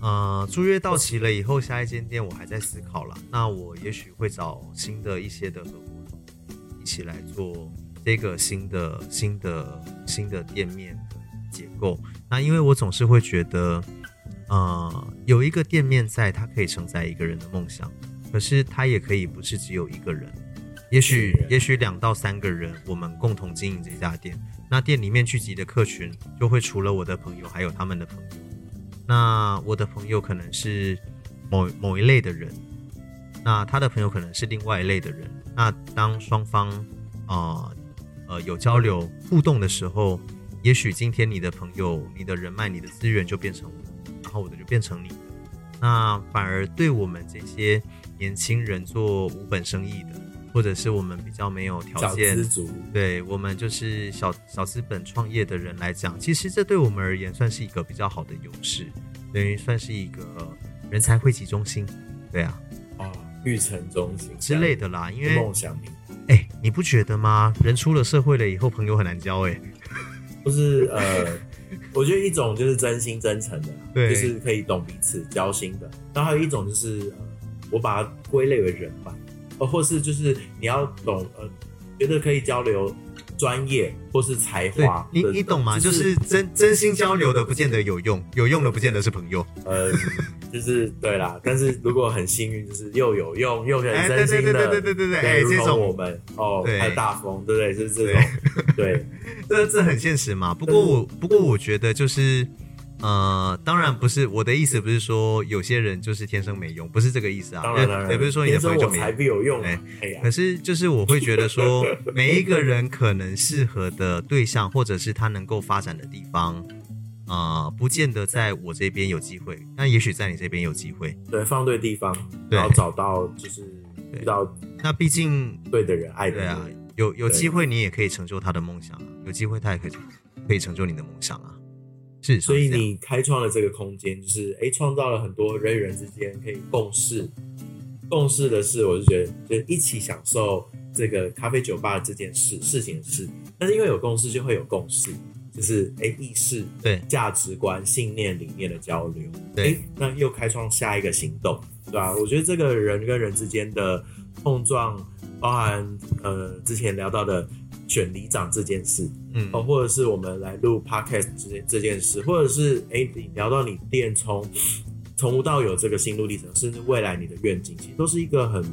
Speaker 3: 呃，租约到期了以后，下一间店我还在思考啦。那我也许会找新的一些的合伙人一起来做这个新的新的新的店面的结构。那因为我总是会觉得，呃，有一个店面在，它可以承载一个人的梦想，可是它也可以不是只有一个人，也许也许两到三个人，我们共同经营这家店。那店里面聚集的客群就会除了我的朋友，还有他们的朋友。那我的朋友可能是某某一类的人，那他的朋友可能是另外一类的人。那当双方啊呃有交流互动的时候，也许今天你的朋友、你的人脉、你的资源就变成我，然后我的就变成你的。那反而对我们这些年轻人做无本生意的，或者是我们比较没有条
Speaker 1: 小
Speaker 3: 件
Speaker 1: 资族，
Speaker 3: 对我们就是小小资本创业的人来讲，其实这对我们而言算是一个比较好的优势，等于算是一个人才汇集中心，对啊
Speaker 1: 啊，育成中心
Speaker 3: 之类的啦。因
Speaker 1: 这样
Speaker 3: 为
Speaker 1: 梦想品
Speaker 3: 哎、你不觉得吗？人出了社会了以后，朋友很难交哎、
Speaker 1: 就是呃，我觉得一种就是真心真诚的，啊
Speaker 3: 对
Speaker 1: 就是可以懂彼此交心的。然后还有一种就是，呃、我把它归类为人吧，呃，或是就是你要懂呃，觉得可以交流专业或是才
Speaker 3: 对
Speaker 1: 华，
Speaker 3: 你
Speaker 1: 的
Speaker 3: 你懂吗？就
Speaker 1: 就是
Speaker 3: 是真真心交流的，不见得有用，有用的不见得是朋友。
Speaker 1: 呃，就是对啦。但是如果很幸运，就是又有用又很
Speaker 3: 哎，
Speaker 1: 真
Speaker 3: 对对
Speaker 1: 心
Speaker 3: 对
Speaker 1: 的，
Speaker 3: 对对对对对，哎，
Speaker 1: 如同
Speaker 3: 这种
Speaker 1: 我们哦，
Speaker 3: 对
Speaker 1: 还有大风，对不对？就是这种，
Speaker 3: (laughs)
Speaker 1: 对，
Speaker 3: 这这很现实嘛。不过我不过我觉得就是，呃，当然不是我的意思，不是说有些人就是天生没用，不是这个意思啊。
Speaker 1: 当然当然，
Speaker 3: 也不是说你的
Speaker 1: 天
Speaker 3: 朋
Speaker 1: 生
Speaker 3: 友就
Speaker 1: 我
Speaker 3: 没
Speaker 1: 才
Speaker 3: 用。
Speaker 1: 必有用
Speaker 3: 哎
Speaker 1: 啊。哎呀
Speaker 3: 可，是就是我会觉得说，每一个人可能适合的对象，或者是他能够发展的地方。呃，不见得在我这边有机会，但也许在你这边有机会。
Speaker 1: 对，放对地方，
Speaker 3: 对
Speaker 1: 然后找到就是
Speaker 3: 对
Speaker 1: 遇到
Speaker 3: 那毕竟，
Speaker 1: 对的人，爱的
Speaker 3: 对啊
Speaker 1: 人。，
Speaker 3: 有有
Speaker 1: 对
Speaker 3: 机会你也可以成就他的梦想啊，有机会他也可以可以成就你的梦想啊。是，
Speaker 1: 所以你开创了这个空间，就是哎，创造了很多人与人之间可以共事。共事的事，我就觉得就一起享受这个咖啡酒吧这件事事情的事。但是因为有共识，就会有共识，就是哎意识、
Speaker 3: 对
Speaker 1: 价值观、信念、理念的交流。
Speaker 3: 对
Speaker 1: 诶，那又开创下一个行动，对吧、我觉得这个人跟人之间的碰撞，包含呃之前聊到的选里长这件事，
Speaker 3: 嗯
Speaker 1: 哦，或者是我们来录 podcast 这这件事，或者是哎、诶你聊到你店从 (sniffs) 从无到有这个心路历程，甚至未来你的愿景，其实都是一个很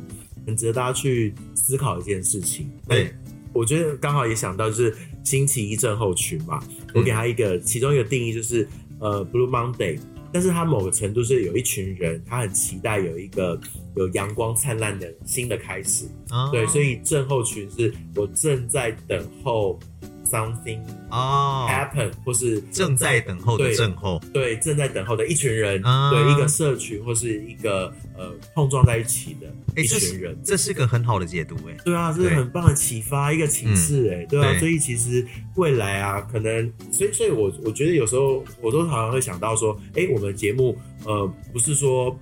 Speaker 1: 很值得大家去思考的一件事情。哎
Speaker 3: 对，
Speaker 1: 我觉得刚好也想到就是星期一症候群嘛，
Speaker 3: 嗯
Speaker 1: 我给他一个、其中一个定义就是呃 Blue Monday，但是它某个程度是有一群人，他很期待有一个有阳光灿烂的新的开始，
Speaker 3: 啊
Speaker 1: 对，所以症候群是我正在等候 something
Speaker 3: 哦，
Speaker 1: happen，、或是
Speaker 3: 正在等候的
Speaker 1: 对
Speaker 3: 症候，
Speaker 1: 对正在等候的一群人，
Speaker 3: 啊
Speaker 1: 对一个社群或是一个呃碰撞在一起的
Speaker 3: 哎
Speaker 1: 一
Speaker 3: 这
Speaker 1: 群
Speaker 3: 是
Speaker 1: 人。
Speaker 3: 这是个很好的解读哎、
Speaker 1: 对啊，这是
Speaker 3: 对嗯
Speaker 1: 很棒的启发，一个启示哎、对啊，
Speaker 3: 对
Speaker 1: 所以其实未来啊，可能，所以所以我我觉得有时候我都常常会想到说，哎、我们节目呃不是说，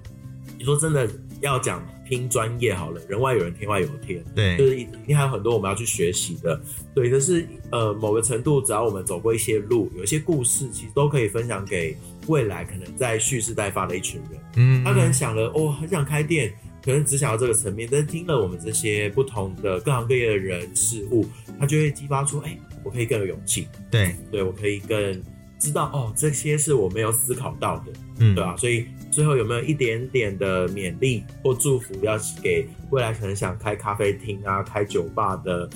Speaker 1: 你说真的要讲拼专业好了，人外有人，天外有天，就
Speaker 3: 对
Speaker 1: 是一定还有很多我们要去学习的，对。但是呃，某个程度，只要我们走过一些路，有一些故事，其实都可以分享给未来可能在蓄势待发的一群人。
Speaker 3: 嗯，
Speaker 1: 他可能想了，哦，很想开店，可能只想要这个层面，但是听了我们这些不同的各行各业的人事物，他就会激发出，哎、我可以更有勇气，
Speaker 3: 对，
Speaker 1: 对我可以更知道，哦，这些是我没有思考到的，
Speaker 3: 嗯，
Speaker 1: 对吧、啊所以最后有没有一点点的勉励或祝福，要给未来可能想开咖啡厅啊、开酒吧的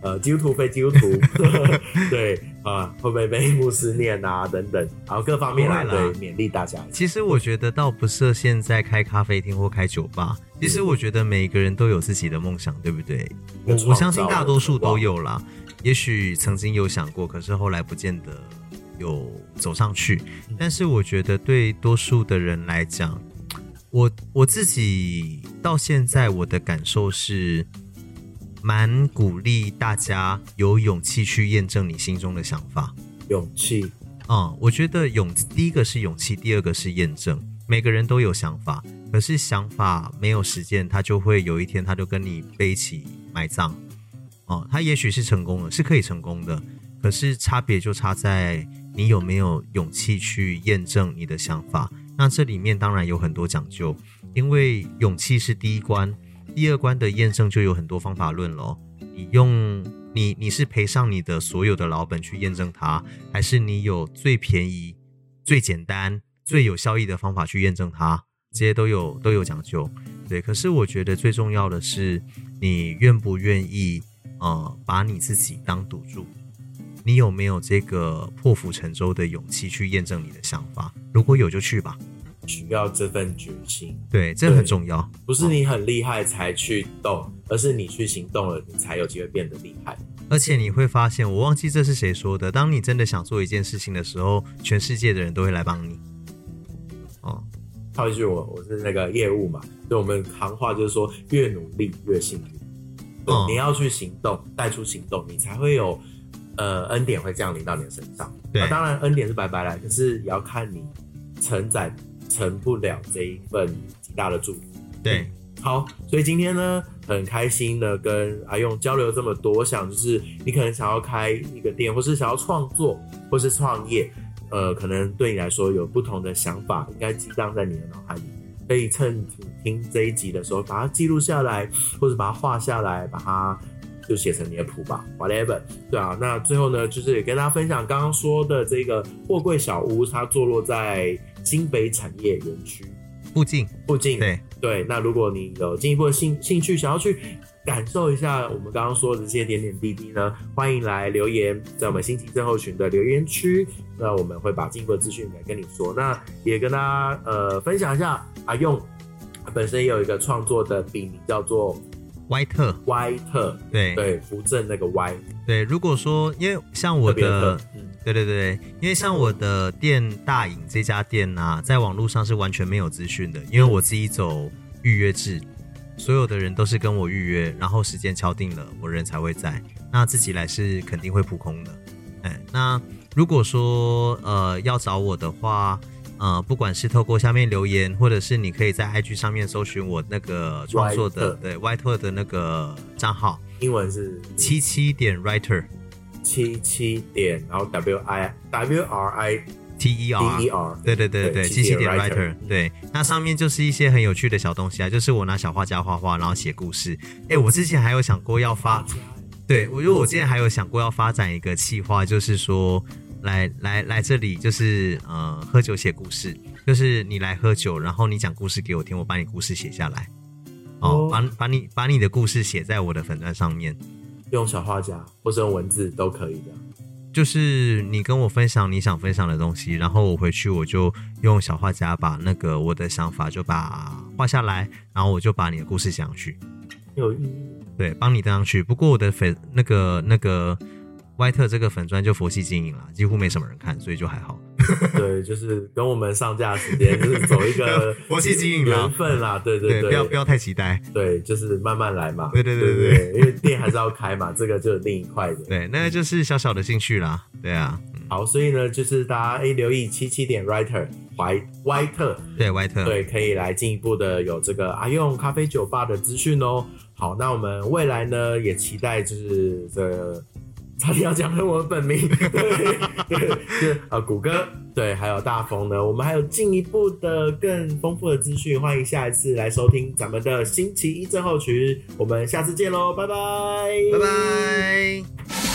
Speaker 1: 呃基督徒非基督
Speaker 3: (laughs)
Speaker 1: 徒， (laughs) 对啊、会不会被牧师念啊等等，然后各方面来
Speaker 3: 不
Speaker 1: 对
Speaker 3: 会啦
Speaker 1: 勉励大家。
Speaker 3: 其实我觉得倒不设限在开咖啡厅或开酒吧，其实我觉得每个人都有自己的梦想，对不对？我我相信大多数都有啦，也许曾经有想过，可是后来不见得有走上去。但是我觉得对多数的人来讲，我我自己到现在我的感受是，蛮鼓励大家有勇气去验证你心中的想法。
Speaker 1: 勇气，
Speaker 3: 嗯，我觉得勇，第一个是勇气，第二个是验证。每个人都有想法，可是想法没有实践，它就会有一天，它就跟你被一起埋葬。哦、它也许是成功了，是可以成功的，可是差别就差在你有没有勇气去验证你的想法。那这里面当然有很多讲究，因为勇气是第一关，第二关的验证就有很多方法论咯。你用你你是赔上你的所有的老本去验证它，还是你有最便宜、最简单、最有效益的方法去验证它？这些都有都有讲究，对。可是我觉得最重要的是，你愿不愿意呃把你自己当赌注，你有没有这个破釜沉舟的勇气去验证你的想法？如果有就去吧，
Speaker 1: 需要这份决心，
Speaker 3: 对，这很重要。
Speaker 1: 不是你很厉害才去动，而是你去行动了，你才有机会变得厉害。
Speaker 3: 而且你会发现，我忘记这是谁说的，当你真的想做一件事情的时候，全世界的人都会来帮你。哦，
Speaker 1: 套一句我我是那个业务嘛，所以我们行话就是说，越努力越幸运。对
Speaker 3: 嗯
Speaker 1: 你要去行动，带出行动，你才会有呃恩典会降临到你的身上。啊
Speaker 3: 对
Speaker 1: 那当然恩典是白白来，可是也要看你承载成不了这一份极大的祝福。
Speaker 3: 对，
Speaker 1: 好，所以今天呢，很开心的跟阿用交流这么多。我想就是你可能想要开一个店，或是想要创作，或是创业，呃，可能对你来说有不同的想法，应该激荡在你的脑海里。可以趁你听这一集的时候，把它记录下来，或者把它画下来，把它就写成你的谱吧，whatever。对啊，那最后呢，就是也跟大家分享刚刚说的这个货柜小屋，它坐落在新北产业园区
Speaker 3: 附近，
Speaker 1: 附近。
Speaker 3: 对，
Speaker 1: 对，那如果你有进一步的兴兴趣，想要去感受一下我们刚刚说的这些点点滴滴呢，欢迎来留言，在我们星期症候群的留言区，那我们会把进一步的资讯来跟你说。那也跟大家呃分享一下，阿用他本身也有一个创作的笔名叫做
Speaker 3: 歪特，
Speaker 1: 歪特，
Speaker 3: 对
Speaker 1: 对，扶正那个歪，
Speaker 3: 对。如果说，因为像我
Speaker 1: 特别的
Speaker 3: 的
Speaker 1: 特，，嗯，
Speaker 3: 对对对，因为像我的店大影这家店呐、在网络上是完全没有资讯的，因为我自己走预约制，所有的人都是跟我预约，然后时间敲定了，我人才会在。那自己来是肯定会扑空的。哎，那如果说呃要找我的话，呃，不管是透过下面留言，或者是你可以在 IG 上面搜寻我那个创作的
Speaker 1: White
Speaker 3: 对 White 的那个账号
Speaker 1: 英文是
Speaker 3: 七七点 Writer
Speaker 1: 七七点，然后 W I W R I
Speaker 3: T E R
Speaker 1: D E R，
Speaker 3: 对对对对，
Speaker 1: 七七
Speaker 3: 七七
Speaker 1: 点
Speaker 3: 点
Speaker 1: writer 嗯
Speaker 3: writer，对，那上面就是一些很有趣的小东西啊，就是我拿小画家画画，然后写故事。哎，我之前还有想过要发，对我因为我之前还有想过要发展一个企划，就是说来来来这里就是呃喝酒写故事，就是你来喝酒，然后你讲故事给我听，我把你故事写下来。哦
Speaker 1: 哦，
Speaker 3: 把把你把你的故事写在我的粉钻上面，
Speaker 1: 用小画家或者用文字都可以的。
Speaker 3: 就是你跟我分享你想分享的东西，然后我回去我就用小画家把那个我的想法就把画下来，然后我就把你的故事写上去，
Speaker 1: 有意义。
Speaker 3: 对，帮你登上去。不过我的粉那个那个歪特这个粉砖就佛系经营啦，几乎没什么人看，所以就还好。
Speaker 1: 对，就是跟我们上架时间就是走一个
Speaker 3: (laughs) 佛系经营啦啊
Speaker 1: 缘分啦，对
Speaker 3: 对，
Speaker 1: 对，
Speaker 3: 不要不要太期待。
Speaker 1: 对，就是慢慢来嘛，
Speaker 3: 对对对
Speaker 1: 对因
Speaker 3: 对
Speaker 1: 为店还是要开嘛，这个就是另一块的。
Speaker 3: 对，那个就是小小的兴趣啦。对啊，嗯
Speaker 1: 好，所以呢，就是大家诶哎留意七七点 writer 怀歪特，
Speaker 3: 对
Speaker 1: (laughs)
Speaker 3: 歪特，
Speaker 1: 对，可以来进一步的有这个阿用咖啡酒吧的资讯哦。好，那我们未来呢，也期待就是这个差点要讲成我的本 (laughs) 名，对，对就是呃谷歌，对，还有大风呢，我们还有进一步的更丰富的资讯，欢迎下一次来收听咱们的星期一症候群，我们下次见喽，拜拜，
Speaker 3: 拜拜。